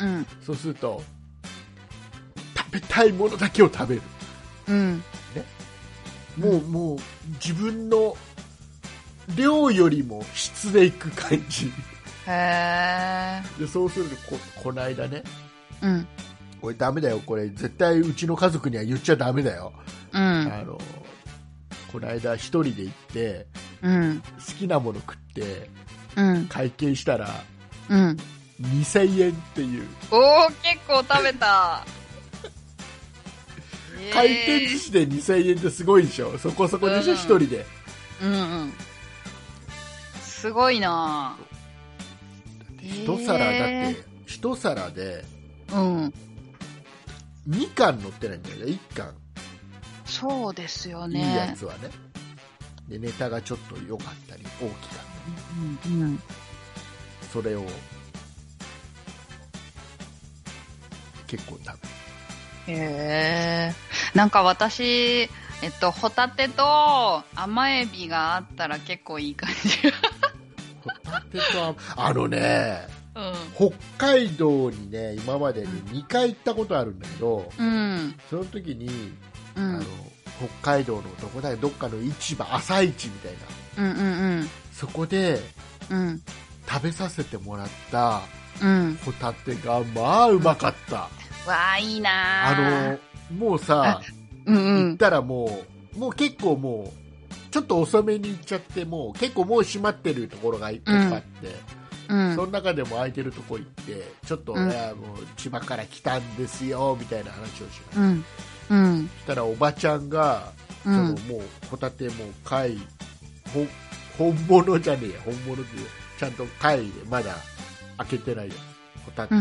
うん。
そうすると食べたいものだけを食べる
うん。
もう,、もう自分の量よりも質でいく感じ
へ
でそうするとここの間ね
ー。うん。
これダメだよこれ絶対うちの家族には言っちゃダメだよ、
うん。
あのこの間一人で行って
うん。
好きなもの食って
うん。
会計したら
うん。
2000円っていう
おー、結構食べた。
回転寿司で2000円ってすごいでしょそこそこでしょ、
うん
一人で
えーうんうん。すごいな
一皿だっ
へ
て
ー
一皿で
ぁうん。
2貫乗ってないんだよね1貫
そうですよ
いい
ね。
やつはねでネタがちょっと良かったり大きかったり
うんうん。
それを結構食べる
へえ。なんか私、えっと、ホタテと甘エビがあったら結構いい感じ。
ホタテとあ [LAUGHS] あのね
うん。
北海道にね今までに2回行ったことあるんだけど
うん。
その時に、
う
あの
ん。
北海道のどこだどっかの市場朝市みたいな
うんうん
そこで
うん。うん。
食べさせてもらった
うん。
ホタテがまあうまかった、
わあ、いいな
あ
ー
のもうさ、
うんう
行っ
ん。
たらもうもう結構もうちょっと遅めに行っちゃってもう結構もう閉まってるところがいっぱいあって、
うん
そ。の中でも空いてるとこ行ってちょっと、
うん
いやもう千葉から来たんですよみたいな話をしまし
うん。うん。
たらおばちゃんが、
う
その
ん。
もうホタテも貝ほ本物じゃねえや本物でちゃんと貝でまだ開けてないやつホタテ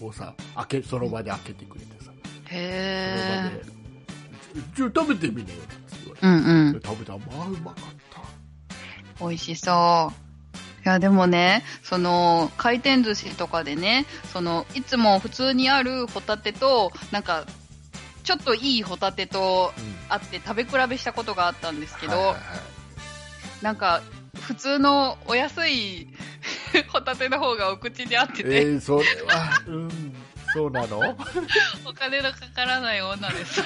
をさ、開けその場で開けてくれてさ、その
へ
場
え
で。「ちょ食べてみなよ」って言われて
う。んうん。
食べたらまあうまかった
美味しそやでもねその回転寿司とかでねそのいつも普通にあるホタテとなんかちょっといいホタテとあって食べ比べしたことがあったんですけど、
はいはいはい
なんか普通のお安い [LAUGHS] ホタテの方がお口に合って
え
て、
ー、それは、うん、そうなの
お金のかからない女です。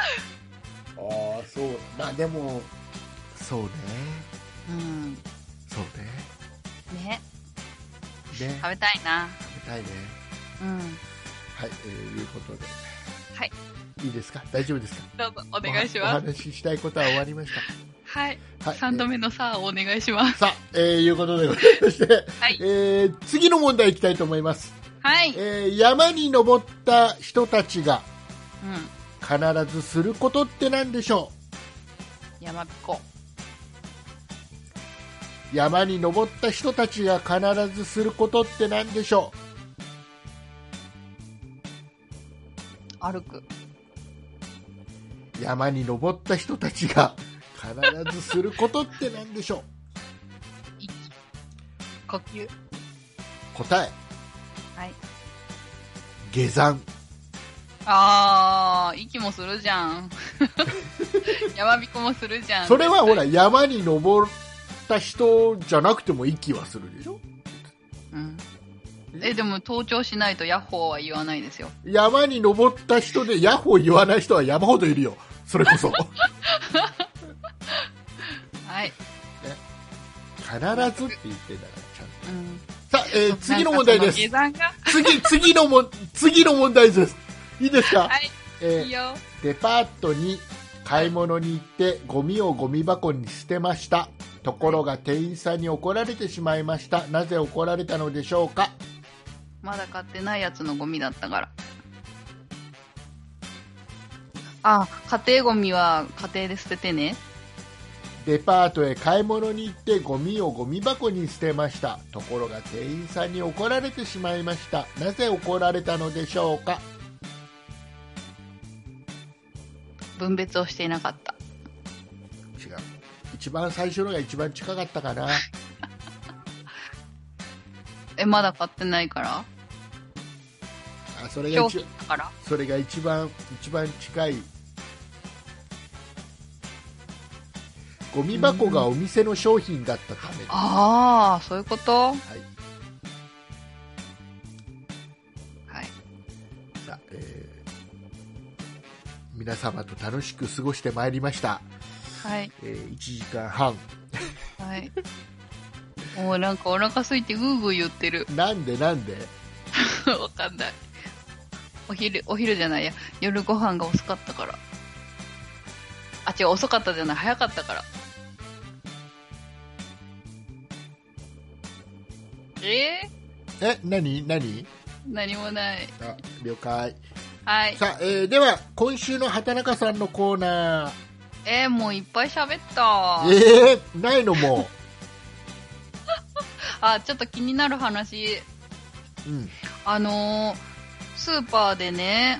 ああそうまあでもそうね
うん、
そう
ね
ねね
食べたいな。
食べたいね
うん、
はい、えー、いうことでは
はい
いいですか大丈夫ですか
どうぞお願いしま
お
す。
話ししたいことは終わりまし
はい、
たはい
三度目のさあをお願いしま
えー
す。
さあ、えー、いうことでございまして、
はい
えー次の問題いきたいと思います、
はい、うん、
えー山に登った人たちが必ずすることって何でしょ
山彦。
う山に登った人たちが必ずすることって何でしょ
歩く。
う山に登った人たちが必ずすることって何でしょ
息。呼吸。
う答え
はい。
下山
あー、息もするじゃ [LAUGHS] ん。山彦もするじゃん。
それはほら山に登った人じゃなくても息はするでしょ
うん。え、でも登頂しないとヤッホーは言わないですよ。
山に登った人でヤッホー言わない人は山ほどいるよそれ
[LAUGHS]
こそ
はい。
必ずって言ってんだからちゃんと
うん。
さあ、えー次の問題です
なんか
次次のも次の問題ですいいですか、
はいその下山が
えー
いいよ。
デパートに買い物に行ってゴミをゴミ箱に捨てましたところが店員さんに怒られてしまいましたなぜ怒られたのでしょうか
まだ買ってないやつのゴミだったから。あ、家庭ゴミは家庭で捨ててね。
デパートへ買い物に行ってゴミをゴミ箱に捨てましたところが店員さんに怒られてしまいましたなぜ怒られたのでしょうか
分別をしていなかった。
違う一番最初のが一番近かったかな
え、まだ買ってないから
あそれが
商
一
品だから
それが一番一番近いゴミ箱がお店の商品だったため、は
ああ、そういうことはいい。
さあえー皆様と楽しく過ごしてまいりました、
はい。
え1時間半
はい。もうなんかお腹空いてグーグー言ってる。 [LAUGHS]
なんでなんで
わかんない。お昼、お昼じゃないや。夜ご飯が遅かったから。あ、違う、遅かったじゃない。早かったから。え
え何何
ー、何もない。
あ了解
はい。
さあ、えーでは今週の畑中さんのコーナ
えー、もういっぱい喋った。
ーえー、ないの [LAUGHS] も
あ、ちょっと気になる話。
う、うん、
あのースーパーでね、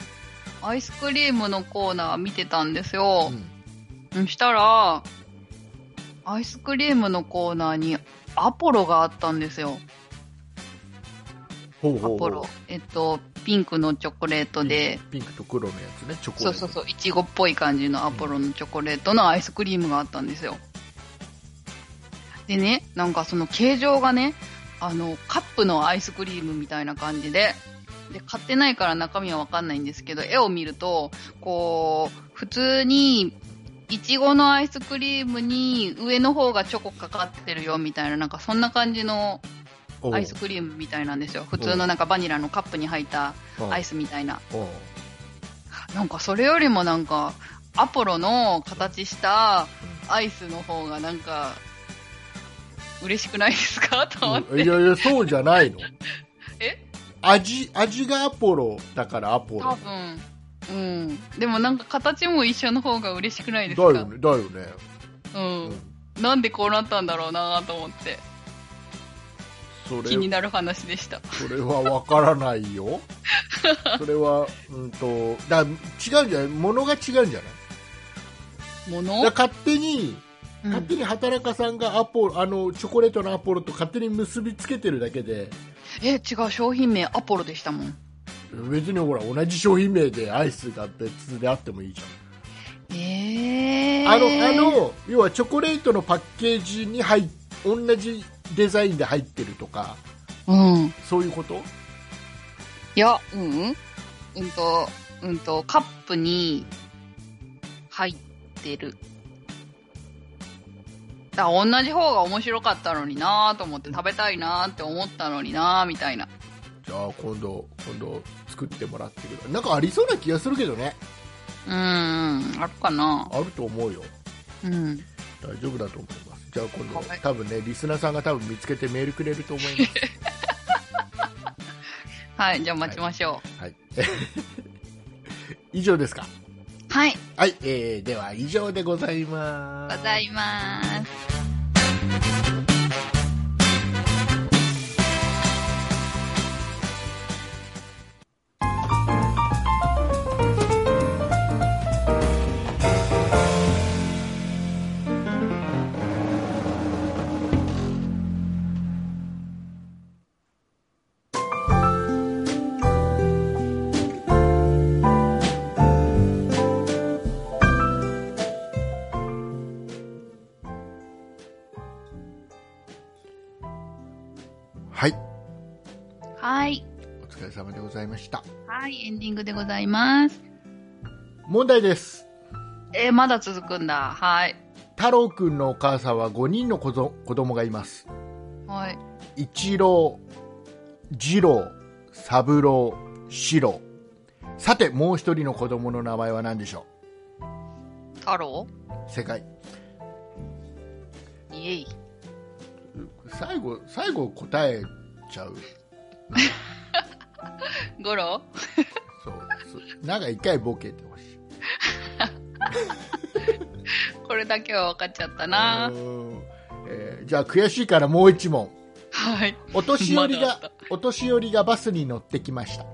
アイスクリームのコーナー見てたんですよ。
うん
うんしたら、アイスクリームのコーナーにアポロがあったんですよ。
ほう
ア
ほうほ
ポ
う
ロ。えっと、ピンクのチョコレートで、
ピンクと黒のやつねチョコレー
そう
ト
そうそう、いちごっぽい感じのアポロのチョコレートのアイスクリームがあったんですよ。でね、なんかその形状がね、あの、カップのアイスクリームみたいな感じで、で、買ってないから中身はわかんないんですけど、絵を見ると、こう、普通に、いちごのアイスクリームに上の方がチョコかかってるよみたいな、なんかそんな感じの
おう
アイスクリームみたいなんですよ。普通のなんかバニラのカップに入ったアイスみたいな。
おう
なんかそれよりもなんかアポロの形したアイスの方がなんか嬉しくないですかと思っ
うん
て、
いやいやそうじゃないの
[LAUGHS] え
味味がアポロだからアポロ
多分うんでもなんか形も一緒の方が嬉しくないです
だ
か
よねだよね、
うん
うん
なんでこうなったんだろうなと思って
そ
気に
れ
なる話でした
それはわからな
[LAUGHS]
いよそれはうんとだ違うんじゃないものが違うんじゃな
も
いだ
の
から勝手に
うん
勝手に畑中さんがアポあのチョコレートのアポロと勝手に結びつけてるだけで
え、違う、商品名アポロでしたもん。
別にほら同じ商品名でアイスが別であってもいいじゃん
えー。
あのあ、の要はチョコレートのパッケージに入っ同じデザインで入ってるとか
うん。
そういうこと
いや、うんうん。うんと、うんと、カップに入ってる。だから同じ方が面白かったのになぁと思って食べたいなぁって思ったのになぁみたいな。
じゃあ今度今度作ってもらってくれなんかありそうな気がするけどね
うん、うん、あるかな
あると思うよ
うん。
大丈夫だと思いますじゃあ今度、
はい
多分ねリスナーさんが多分見つけてメールくれると思います
[LAUGHS] はい、じゃあ待ちましょ
はい [LAUGHS] 以上ですか
う。はい、
はい、えー、では以上でございます
ございます。
はい
はい。
お疲れ様でございました
はい、エンディングでございます。
問題です
えーまだ続くんだ。はい。
太郎くんのお母さんは5人の子ぞ子供がいます
はい。
一郎二郎三郎四郎さてもう一人の子供の名前は何でしょ
太郎
う世界
イエイ。
最後最後答えちゃう
ゴロ [LAUGHS]
そうそうなんか一回ボケてほしい
これだけは分かっちゃったな
う。ーんえーじゃあ悔しいからもう一問
はい。
お年寄り
まだあっ
が
た
お年寄りがバスに乗ってきました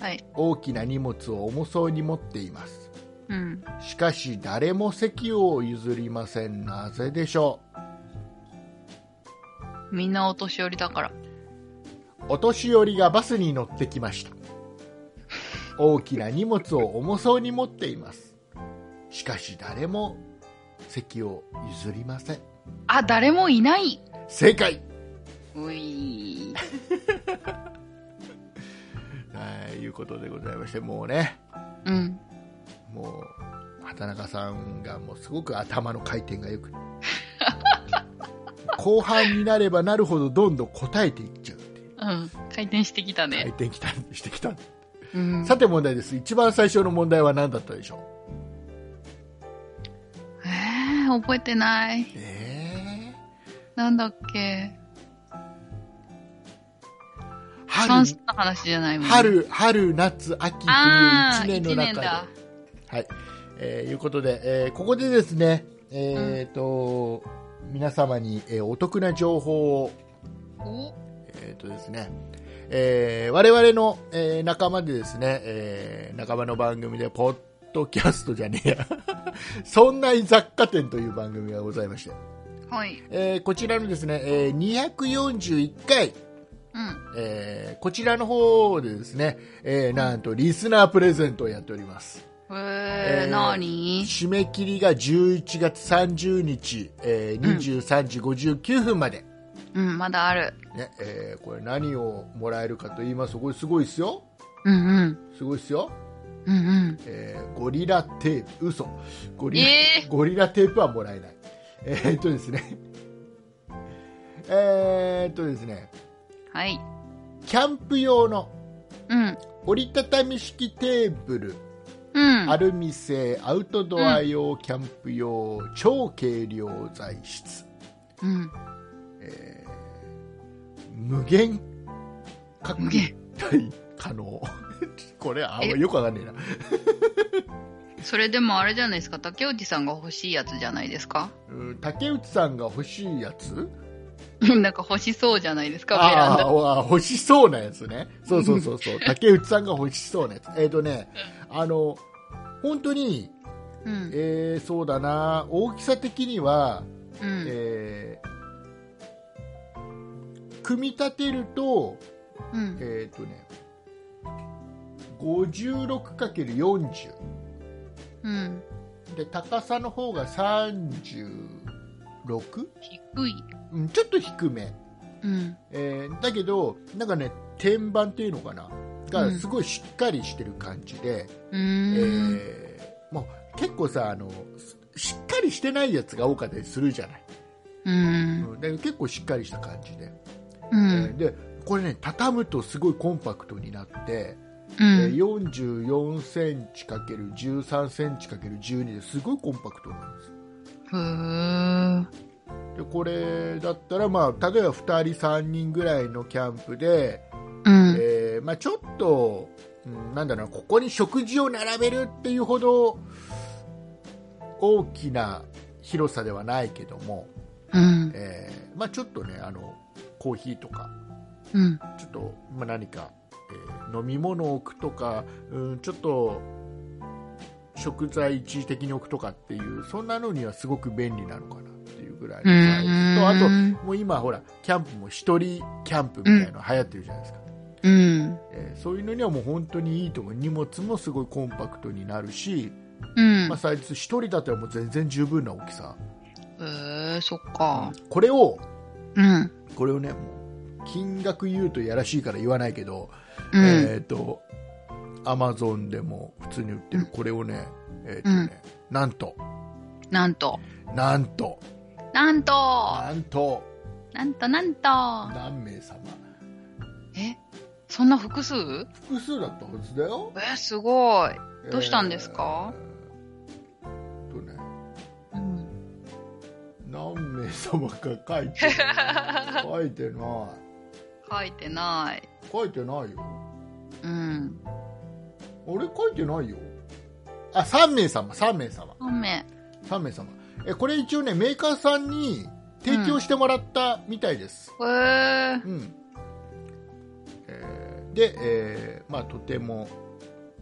はい。
大きな荷物を重そうに持っています
うん。
しかし誰も席を譲りませんなぜでしょ
みんなお年寄りだから。
うお年寄りがバスに乗ってきました大きな荷物を重そうに持っていますしかし誰も席を譲りません
あ、誰もいない。
正解
うい。
はいいうことでございましてもうね
うん。
もう畑中さんがもうすごく頭の回転がよく [LAUGHS] 後半になればなるほどどんどん答えていっちゃうっていう
うん。回転してきたね。
回転きたしてきた
うん。
さて問題です一番最初の問題は何だったでしょう
えー、覚えてない。
え
なんだっけ。
ー、
算
春
数の話じゃないもん。。
春春夏秋
あー、
冬1年の
一年
中で
だ。
はい、えーいうことで、えーここでですね、えーと皆様に、えーお得な情報を
お
えーとですねえー我々の、えー仲間でですね、えー仲間の番組で、ポッドキャストじゃねえや、 [LAUGHS] そんな雑貨店という番組がございまして、
はい。
えーこちらのですね、えー241回、
うん。
えーこちらの方でですね、えーなんとリスナープレゼントをやっております。
え
えー
ー、なーに
締め切りが11月30日、えー
うん
23時59分まで。
うん、まだある。
ねえーこれ何をもらえるかと言いますとこれすごいですよ
うんうん。
すごいですよ、
うんうん。
えーゴリラテープ嘘ゴリラ、
えー
ゴリラテープはもらえないえーっとですねえーっとですね
はい。
キャンプ用の
うん。
折りたたみ式テーブル、
うん。
アルミ製アウトドア用、キャンプ用超軽量材質
うん。
無限拡
無限
大可能 [LAUGHS] これあ
え
よくわかんねえな
それでもあれじゃないですか。竹内さんが欲しいやつじゃないですか。 [LAUGHS]
うん竹内さんが欲しいやつ
なんか欲しそうじゃないですか、ベラン
あ
ダ。
ーあー欲しそうなやつねそうそうそう
[LAUGHS]
そう竹内さんが欲しそうなやつえっ、とねあの本当に
うん。
えーそうだな大きさ的には
うん。
えー組み立てると、
うん。
えっ、とね、56×40。
うん。
で、高さの方が 36?
低い。
うんちょっと低め。
うん。
えーだけど、なんかね、天板っていうのかな
う
が
ん
すごいしっかりしてる感じで、
うーん。
えーもう結構さあの、すしっかりしてないやつが多かったりするじゃない。
うん。
うん、だけど結構しっかりした感じで。
う
え
ん
ー。で、これね、畳むとすごいコンパクトになって、
う
え
ん
ー。44センチ ×13 センチ ×12 ですごいコンパクトなんです。
ふー。
でこれだったら、まあ、例えば2人3人ぐらいのキャンプで、
うん。
えーまあ、ちょっと、うん、なんだろうなここに食事を並べるっていうほど大きな広さではないけども、
うん。
えーまあ、ちょっとねあのコーヒーとか
うん。
ちょっと、まあ、何か、えー飲み物を置くとか、うん、ちょっと食材一時的に置くとかっていうそんなのにはすごく便利なのかなっていうぐらいのサイズとあともう今ほらキャンプも一人キャンプみたいなの流行ってるじゃないですか。
うん。
えーそういうのにはもう本当にいいと思う荷物もすごいコンパクトになるし、
うん
まあ、。サイズ1人だったらもう全然十分な大きさ
えー、そっか。
これを
うん。
これをねもう金額言うとやらしいから言わないけど、
う
え
ん。
っ、とアマゾンでも普通に売ってるこれをね,、えーとねなんと
なんと。
なんと
なんと
なんと
なんとなんと
何名様
えそんな複数
複数だったはずだよ
えー、すごい。どうしたんですか
えーとね
うん。
何名様か
[LAUGHS]
書いてない書
書い
いてな
てない。
い書いてないよ
うん。
俺書いてないよあ3名様3名様
本名。
3名様えこれ一応ねメーカーさんに提供してもらったみたいです
えー
う。ん、えーで、えーまあとても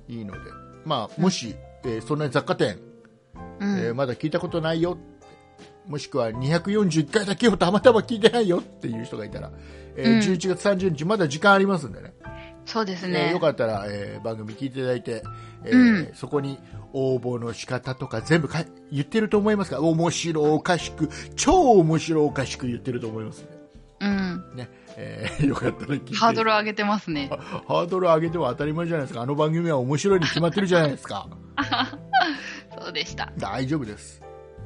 いいのでまあもし、えーそんなに雑貨店、
う
えー
ん。
まだ聞いたことないよってもしくは241回だけをたまたま聞いてないよっていう人がいたら、えー
うん
11月30日まだ時間ありますんでね
そうです
えー
ね
よ。かったら、えー番組聞いていただいて、えー
う
そこに応募の仕方とか全部か言ってると思いますが面白おかしく超面白おかしく言ってると思いますん
うん。
でね、えー [LAUGHS] よかったら聞いて
ハードル上げてますね。
ハードル上げては当たり前じゃないですかあの番組は面白いに決まってるじゃないですか
そうでした。
大丈夫です、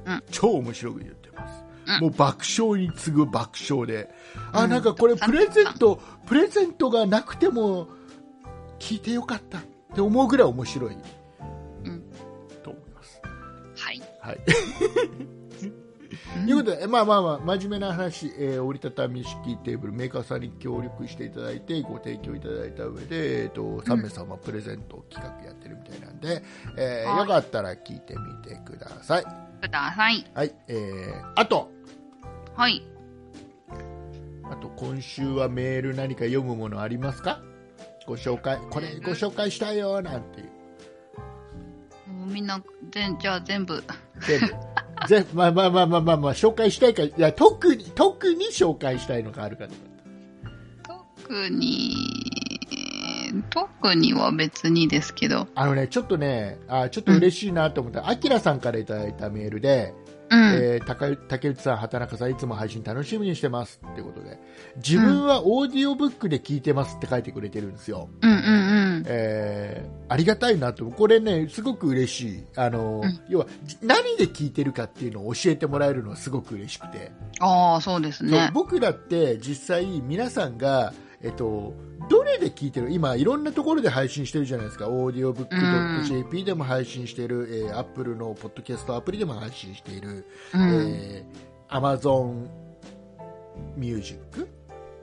うん
超面白く言ってます
うん
もう爆笑に次ぐ爆笑で、あ、
うん
なんかこれプレゼント、プレゼントがなくても聞いてよかったって思うぐらい面白い
うん。
と思います。
はい。
はい。
うん
ということで、えまあまあまあ、真面目な話、えー折りたたみ式テーブル、メーカーさんに協力していただいて、ご提供いただいた上で、えっ、と、3名様プレゼント企画やってるみたいなんで、えー
はい
よかったら聞いてみてください。
ください。
はい、えー、あと、
はい。
あと今週はメール何か読むものありますかご紹介、これご紹介したいよ、なんていう。
もうみんな、全、じゃあ全部。
全部。
[LAUGHS]
全部まあまあまあまあまあ、まあ、紹介したいか、いや、特に、特に紹介したいのがあるかとか。
特に、特には別にですけど。
あのね、ちょっとね、あちょっと嬉しいなと思った、あきらさんからいただいたメールで、
うん。
えー高竹内さん、畑中さん、いつも配信楽しみにしてますってことで、自分はオーディオブックで聞いてますって書いてくれてるんですよ。
うんうん
えーありがたいなと、これね、すごく嬉しい。あの、
うん
要は、じ何で聞いてるかっていうのを教えてもらえるのはすごく嬉しくて。
うん。ああ、そうです
そ
ね
う。僕だって実際皆さんが、えっと、どれで聞いてる今いろんなところで配信してるじゃないですかオーディオブック .jp でも配信してる、えー、アップルのポッドキャストアプリでも配信している、
うん。
えー、Amazon ミュージック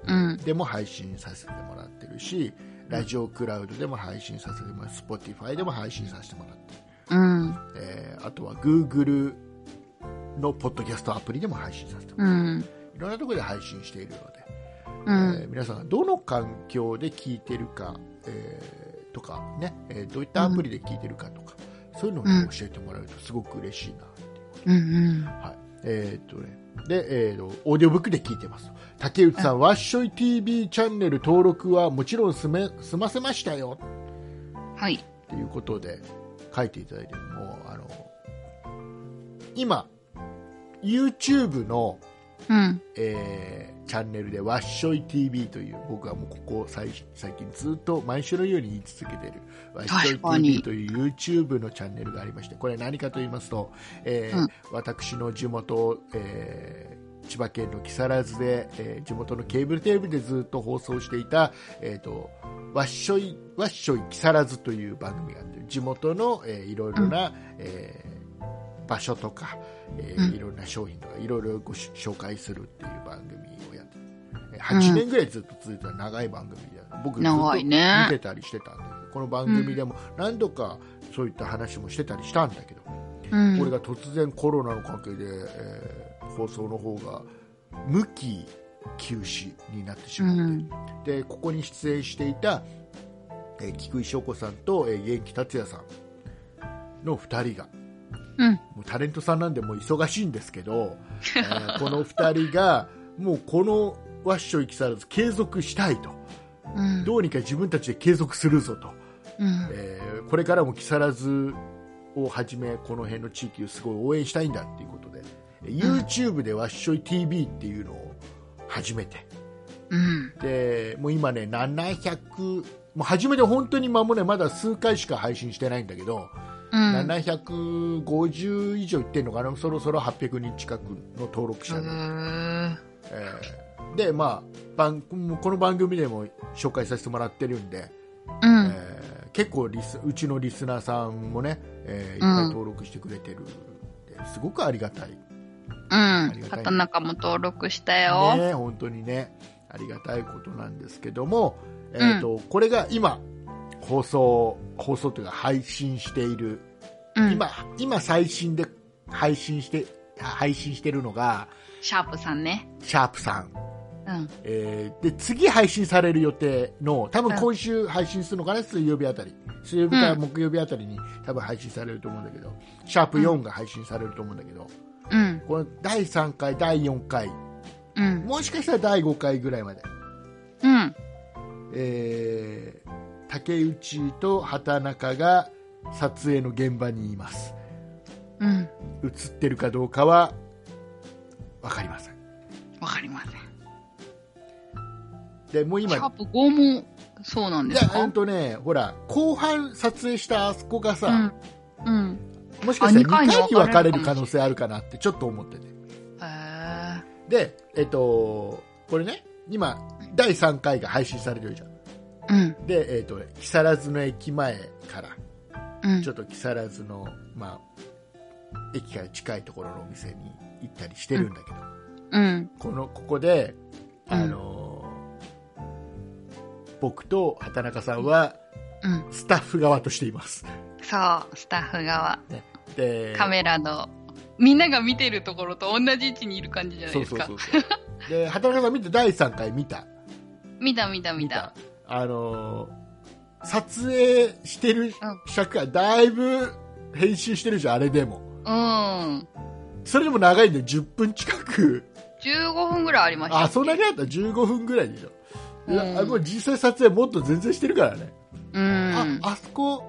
うん。
でも配信させてもらってるしラジオクラウドでも配信させてもらって Spotify でも配信させてもらって
うん。
る、えーあとは Google のポッドキャストアプリでも配信させてもらってる、
うん。
いろんなところで配信しているので
う
えー
ん。
皆さんがどの環境で聞いてるか、えーとかね、えーどういったアプリで聞いてるかとか、そういうのをね、
うん
教えてもらうとすごく嬉しいなっていう
うん。
はいえーっとね、で、えーと、オーディオブックで聞いてます。竹内さん、わっしょい TV チャンネル登録はもちろん済め済ませましたよ
はい。
っていうことで書いていただいて、もう、あの、今、YouTube の、
うん。
えーチャンネルでわっしょい TV という僕はもうここ最最近ずっと毎週のように言い続けてるわっし
確
ょ
か
い
に
TV という YouTube のチャンネルがありましてこれ何かと言いますと、えー
うん
私の地元、えー千葉県の木更津で、えー地元のケーブルテレビでずっと放送していた、えー、とわっしょいわっしょい木更津という番組があって地元の、えーいろいろな、えー場所とか、えー
うん
いろんな商品とかいろいろごし紹介するっていう番組をやってえー
うん
8年ぐらいずっと続いてた長い番組で僕ずっと
長い
見
ね
てたりしてたんだけど、この番組でも何度かそういった話もしてたりしたんだけど、
うん。
これが突然コロナの関係で、えー放送の方が無期休止になってし
う
まって、
ん。
でここに出演していた、えー菊井翔子さんと、えー元気達也さんの2人が
うん。
もうタレントさんなんでもう忙しいんですけど、えーこの2人がもうこのワッショイきさらず継続したいと
うん。
どうにか自分たちで継続するぞと、
うん。
えーこれからも木更津をはじめこの辺の地域をすごい応援したいんだっていうことで YouTube でワッショイ TV っていうのを始めて
うん。
でもう今ね700もう初めて本当に間もねまだ数回しか配信してないんだけど、
うん。
750以上いってるのかな、そろそろ800人近くの登録者で、
うん
えーでまあ、番もうこの番組でも紹介させてもらってるんで、
うん。
えー結構リス、うちのリスナーさんもね、えーいっぱい登録してくれてるんで、すごくありがたい、ね、
うん。畑中も登録したよ。
本当にね、ありがたいことなんですけども、えーとこれが今、放送、放送というか、配信している
うん。
今、今最新で配信して、配信してるのが、
シャープさんね。
シャープさん。
うん。
えーで、次配信される予定の、多分今週配信するのかな、水曜日あたり。水曜日から
うん
木曜日あたりに多分配信されると思うんだけど、シャープ4が配信されると思うんだけど、
うん。
この第3回、第4回、
うん。
もしかしたら第5回ぐらいまで、
うん。
えー竹内と畑中が撮影の現場にいます。
うん。
映ってるかどうかは、わかりません。
わかりません。
でもう今
シャープ5もそうなん
い
で
や
す
ほ
か
んとねほら後半撮影したあそこが
う
さ
ん、。うん。
もしかしたら
あ
2
二回
回に
に
分
分
か
かれ
れる
る
可
か
能
も
性あるかなってちょっと思ってて
へー
でえっとこれね今第3回が配信されてるじゃん
うん。
でえっと木更津の駅前から
うん
ちょ。っと木更津のまあ駅から近いところのお店に行ったりしてるんだけど、
うん。
このここで
うん
あのー僕と畑中さんは
うん。
スタッフ側としています
そう、スタッフ側。
で
カメラの、みんなが見てるところと同じ位置にいる感じじゃない
そう
です
そう
か
そ。うそうで畑中さん見て第3回見た
見た見た見た。
あのー撮影してる尺がだいぶ編集してるじゃんあれでも
うん。
それでも長いんで10分近く
15分ぐらいありました。
あそんなにあった15分ぐらいでしょいや、
うん
もう実際撮影もっと全然してるからね、
うん。
ああそこ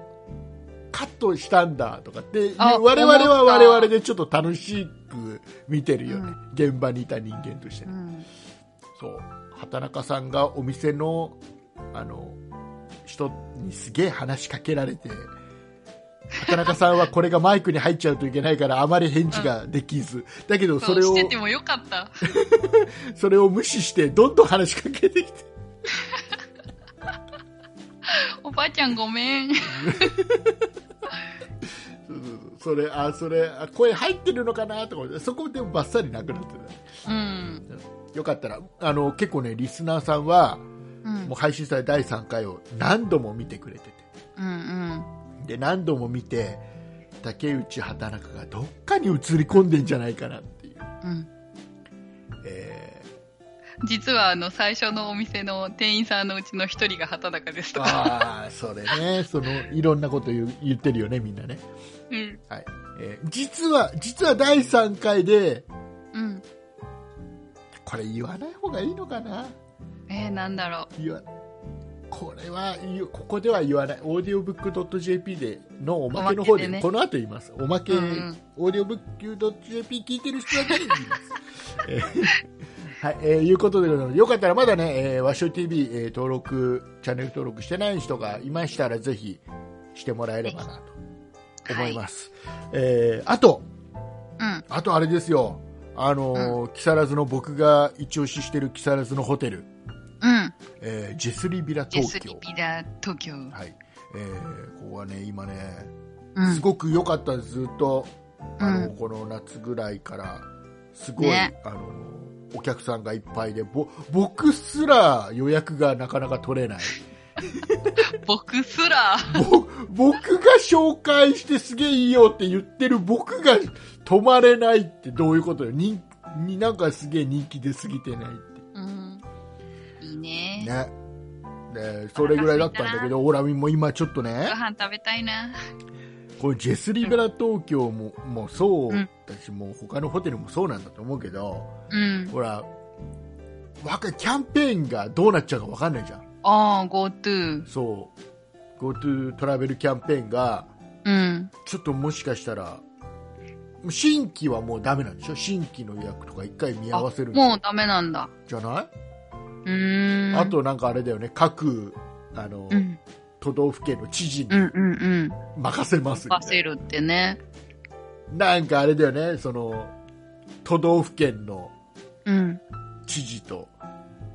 カットしたんだとかって
あ
我々
思
は
っ
我
た
々でちょっと楽しく見てるよね、現場にいた人間として
う
ね、
ん。
そう畑中さんがお店のあの人にすげえ話しかけられ
[LAUGHS]
て畑中さんはこれがマイクに入っちゃうといけないからあまり返事ができず、だけどそ
そ
れ
うし
を
ててもよかった。
それを無視してどんどん話しかけてきて
おばあちゃんごめん。
そうそうそうそれあそれあ声入ってるのかなとか思ってそこでもバッサリなくなって
うん。
たよかったらあの結構ねリスナーさんは
うん
もう。配信された第3回を何度も見てくれてて
うん
で何度も見て竹内畑中がどっかに映り込んでんじゃないかなっていう、
うん。うん。
え
実はあの、最初のお店の店員さんのうちの一人が畑中です
ー、
とか。
ああそれねそのいろんなこと言う言ってるよねみんなね、
うん。
はいえー実は実は第3回でこれ言わない方がいいのかな
えー、なんだろ
言わこれは言うここでは言わないオーディオブックドット JP でのおまけの方
おまけ
で
でね
この後言いますおまけ、
うんうん
オーディオブックドット JP 聞いてる人だけに言います [LAUGHS] えーはい、えーいうことでございますよかったらまだね、えー、和尚 TV、えー登録チャンネル登録してない人がいましたらぜひしてもらえればなと思います、えーあと
う。うん。
あとあれですよあのー木更津の僕が一押ししてる木更津のホテル、
うん。
えージェスリビラ
ジェ
東
ス
京
リピダ東京。うん。
はい、えーここはね、今ね、すごく良かったです、ずっと、あの
うん
この夏ぐらいから、すごい、
ね
あのお客さんがいっぱいで、ぼ僕すら予約がなかなか取れない、 [LAUGHS]
僕すら、
ぼ僕が紹介してすげえいいよって言ってる僕が泊まれないってどういうことよ、人になんかすげえ人気出すぎてないって。
うん。いいね。
ねでそれぐらいだったんだけど、オラミも今ちょっとね
ご、飯食べたいな。
これジェスリベラ東京も,、もうそうだし、もう他のホテルもそうなんだと思うけど、
うん。
ほら、わかキャンペーンがどうなっちゃうかわかんないじゃん。
ああ、GoTo。
そう。GoTo トラベルキャンペーンが、
うん。
ちょっともしかしたら、新規はもうダメなんでしょ新規の予約とか一回見合わせるん
もうダメなんだ。
じゃないう
ーん。
あ、となんかあれだよね、各、あの、
うん。
都道府県の知事
うん
に
うんうん。
任せますみた
バ
いな
セルってね。
なんかあれだよね、その、都道府県の
うん。
知事と、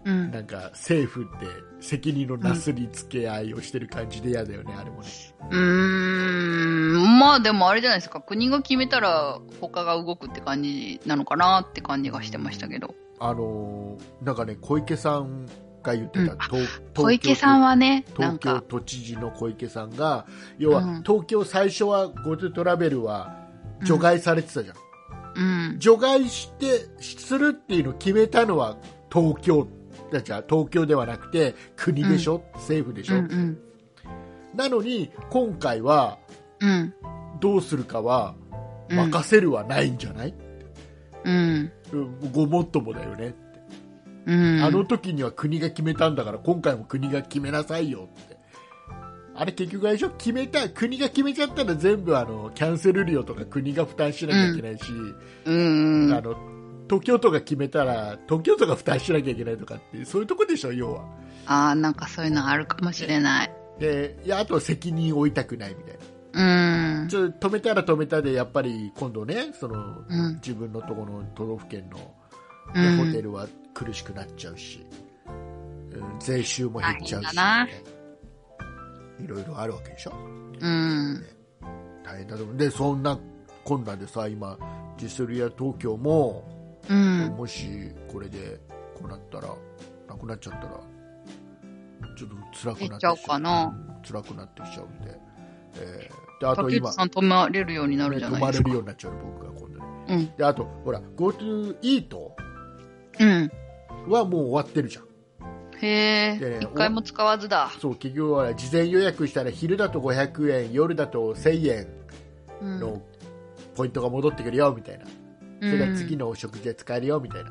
うん。
なんか政府って責任のなすりつけ合いをしてる感じで嫌だよね、あれもね。
うーん。まあでもあれじゃないですか。国が決めたら他が動くって感じなのかなって感じがしてましたけど。
あのーなんかね、小池さんが言ってた、
うん
と
小池さんはね、なん
東京
か、
都知事の小池さんが、要は、
うん
東京最初は GoTo トラベルは除外されてたじゃん。
うん。
除外して、するっていうのを決めたのは東京、じゃあ東京ではなくて国でしょ、政府でし
う
ょ、
んうん。
なのに、今回は
うん。
どうするかは
うん
任せるはないんじゃない、
うん。
ごもっともだよね、
うん。
あの時には国が決めたんだから今回も国が決めなさいよってあれ結局あれでしょ決めた国が決めちゃったら全部あのキャンセル料とか国が負担しなきゃいけないし、
うんう
あ
ん。
の東京都が決めたら東京都が負担しなきゃいけないとかってそういうとこでしょ要は
ああ、なんかそういうのあるかもしれない。
でいやあとは責任を負いたくないみたいな
うん。
ちょ止めたら止めたでやっぱり今度ねその、
うん
自分のとこの都道府県の
う
でホ
ん
テルは苦しくなっちゃうし、うん税収も減っちゃうし、
大
いろいろあるわけでしょ
うん。
大変だと思うでそんなこんなでさ今ジェスリア東京も、
うん。
もしこれでこうなったらなくなっちゃったらちょっと辛く
減
な
っ
っ
ちゃ
て
う
き
かな。
辛くなってきちゃうんで,、えーであと
竹
今
内さん止まれるようになるじゃ
泊
ない
ま
です
れ
か。
るようになっちゃう僕が今度ね
うん。
であとほら GoTo イート
うん。
はもう終わってるじゃん
へ
で
え。一回も使わずだ。
そう企業は事前予約したら昼だと500円夜だと1000円
うん。
のポイントが戻ってくるよみたいな、
そ
それから次のお食事で使えるよみたいな、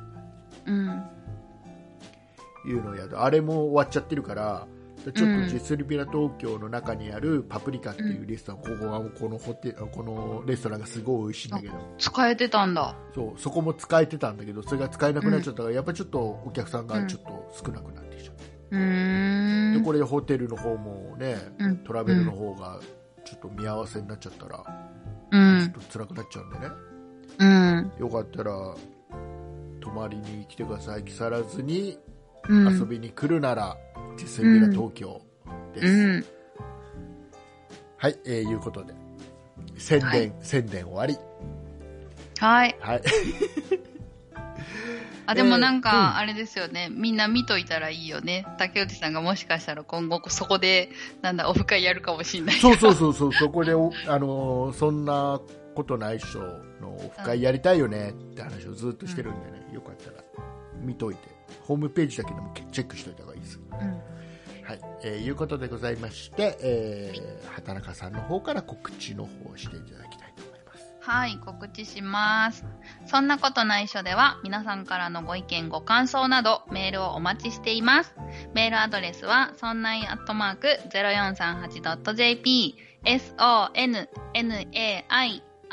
うん。
いうのをやるあれも終わっちゃってるからちょっと
うん
ジェスリビラ東京の中にあるパプリカっていうレストラン、ここはこのホテこのレストランがすごい美味しいんだけど
使えてたんだ。
そうそこも使えてたんだけどそれが使えなくなっちゃったから、やっぱちょっとお客さんがちょっと少なくなってきちゃって、
う
う
ーん。
でこれでホテルの方もね
うん
トラベルの方がちょっと見合わせになっちゃったら、
う
ちょっ
ん。
と辛くなっちゃうんでね、
うん。
よかったら泊まりに来てください木更津に
うん。
遊びに来るなら、ジェスビラ東京です、
うん。
はい、えー、いうことで宣伝、
はい
宣伝終わり
はい。
はい
あ、でもなん
う
か、あれですよね。みんな見といたらいいよね。竹内さんがもしかしたら今後そこで、なんだ、オフ会やるかもしれない。
そうそうそうそうそこでおあのーそんなことないっしょのオフ会やりたいよねって話をずっとしてるんでね、よかったら見といてホームページだけでもチェックしておいた方がいいです
うん
はい、えーいうことでございまして、えー、畑中さんの方から告知の方をしていただきたいと思います。
はい、告知します。そんなことないしょでは皆さんからのご意見ご感想などメールをお待ちしています。メールアドレスはそんないアットマーク 0438.jp sonnai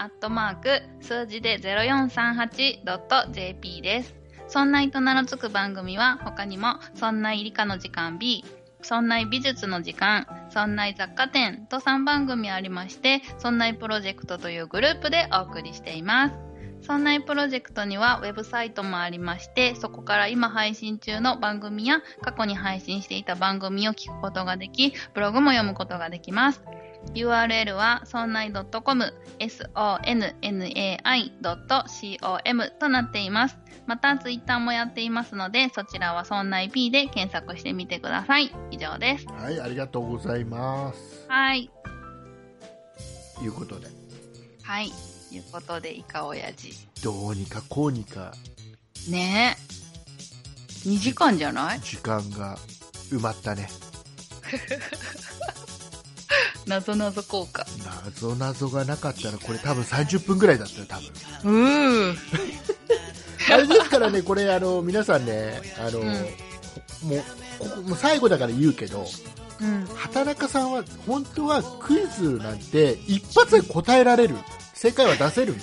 アットマーク数字で 0438.jp です。そんないと名の付く番組は他にもそんない理科の時間 B そんない美術の時間、そんない雑貨店と3番組ありまして、そんないプロジェクトというグループでお送りしています。そんないプロジェクトにはウェブサイトもありまして、そこから今配信中の番組や過去に配信していた番組を聞くことができ、ブログも読むことができます。URL はそんない .com、sonnai.com となっています。またツイッターもやっていますので、そちらはそんない P で検索してみてください。以上です。
はい、ありがとうございます。
はい。
ということで、
はい。ということで、イカオヤジ。
どうにかこうにか
ねえ。2時間じゃない
時間が埋まったね。
なぞなぞ効果。
謎謎がなかったら、これ多分30分ぐらいだったよ、多分。
うー。
あれですからね、これ、あの、皆さんね、あの、
うん
もう、ここ、もう最後だから言うけど、
うん。
畑中さんは、本当はクイズなんて、一発で答えられる。正解は出せる。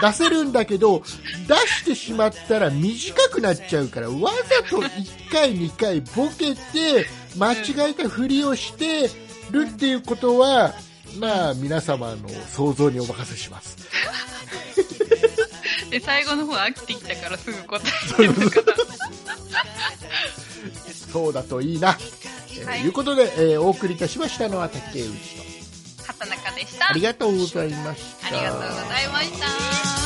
出せるんだけど、出してしまったら短くなっちゃうから、わざと1回、2回ボケて、間違えたふりをしてるっていうことは、まあ、皆様の想像にお任せします。
で、最後の方飽きてきたからすぐ答え [LAUGHS] てたから。
そうだといいな。えー
はい
い、うことで、えーお送りいたしましたのは竹内と。
畑中でした。あ
あり
り
がとうございました。
がとうございました。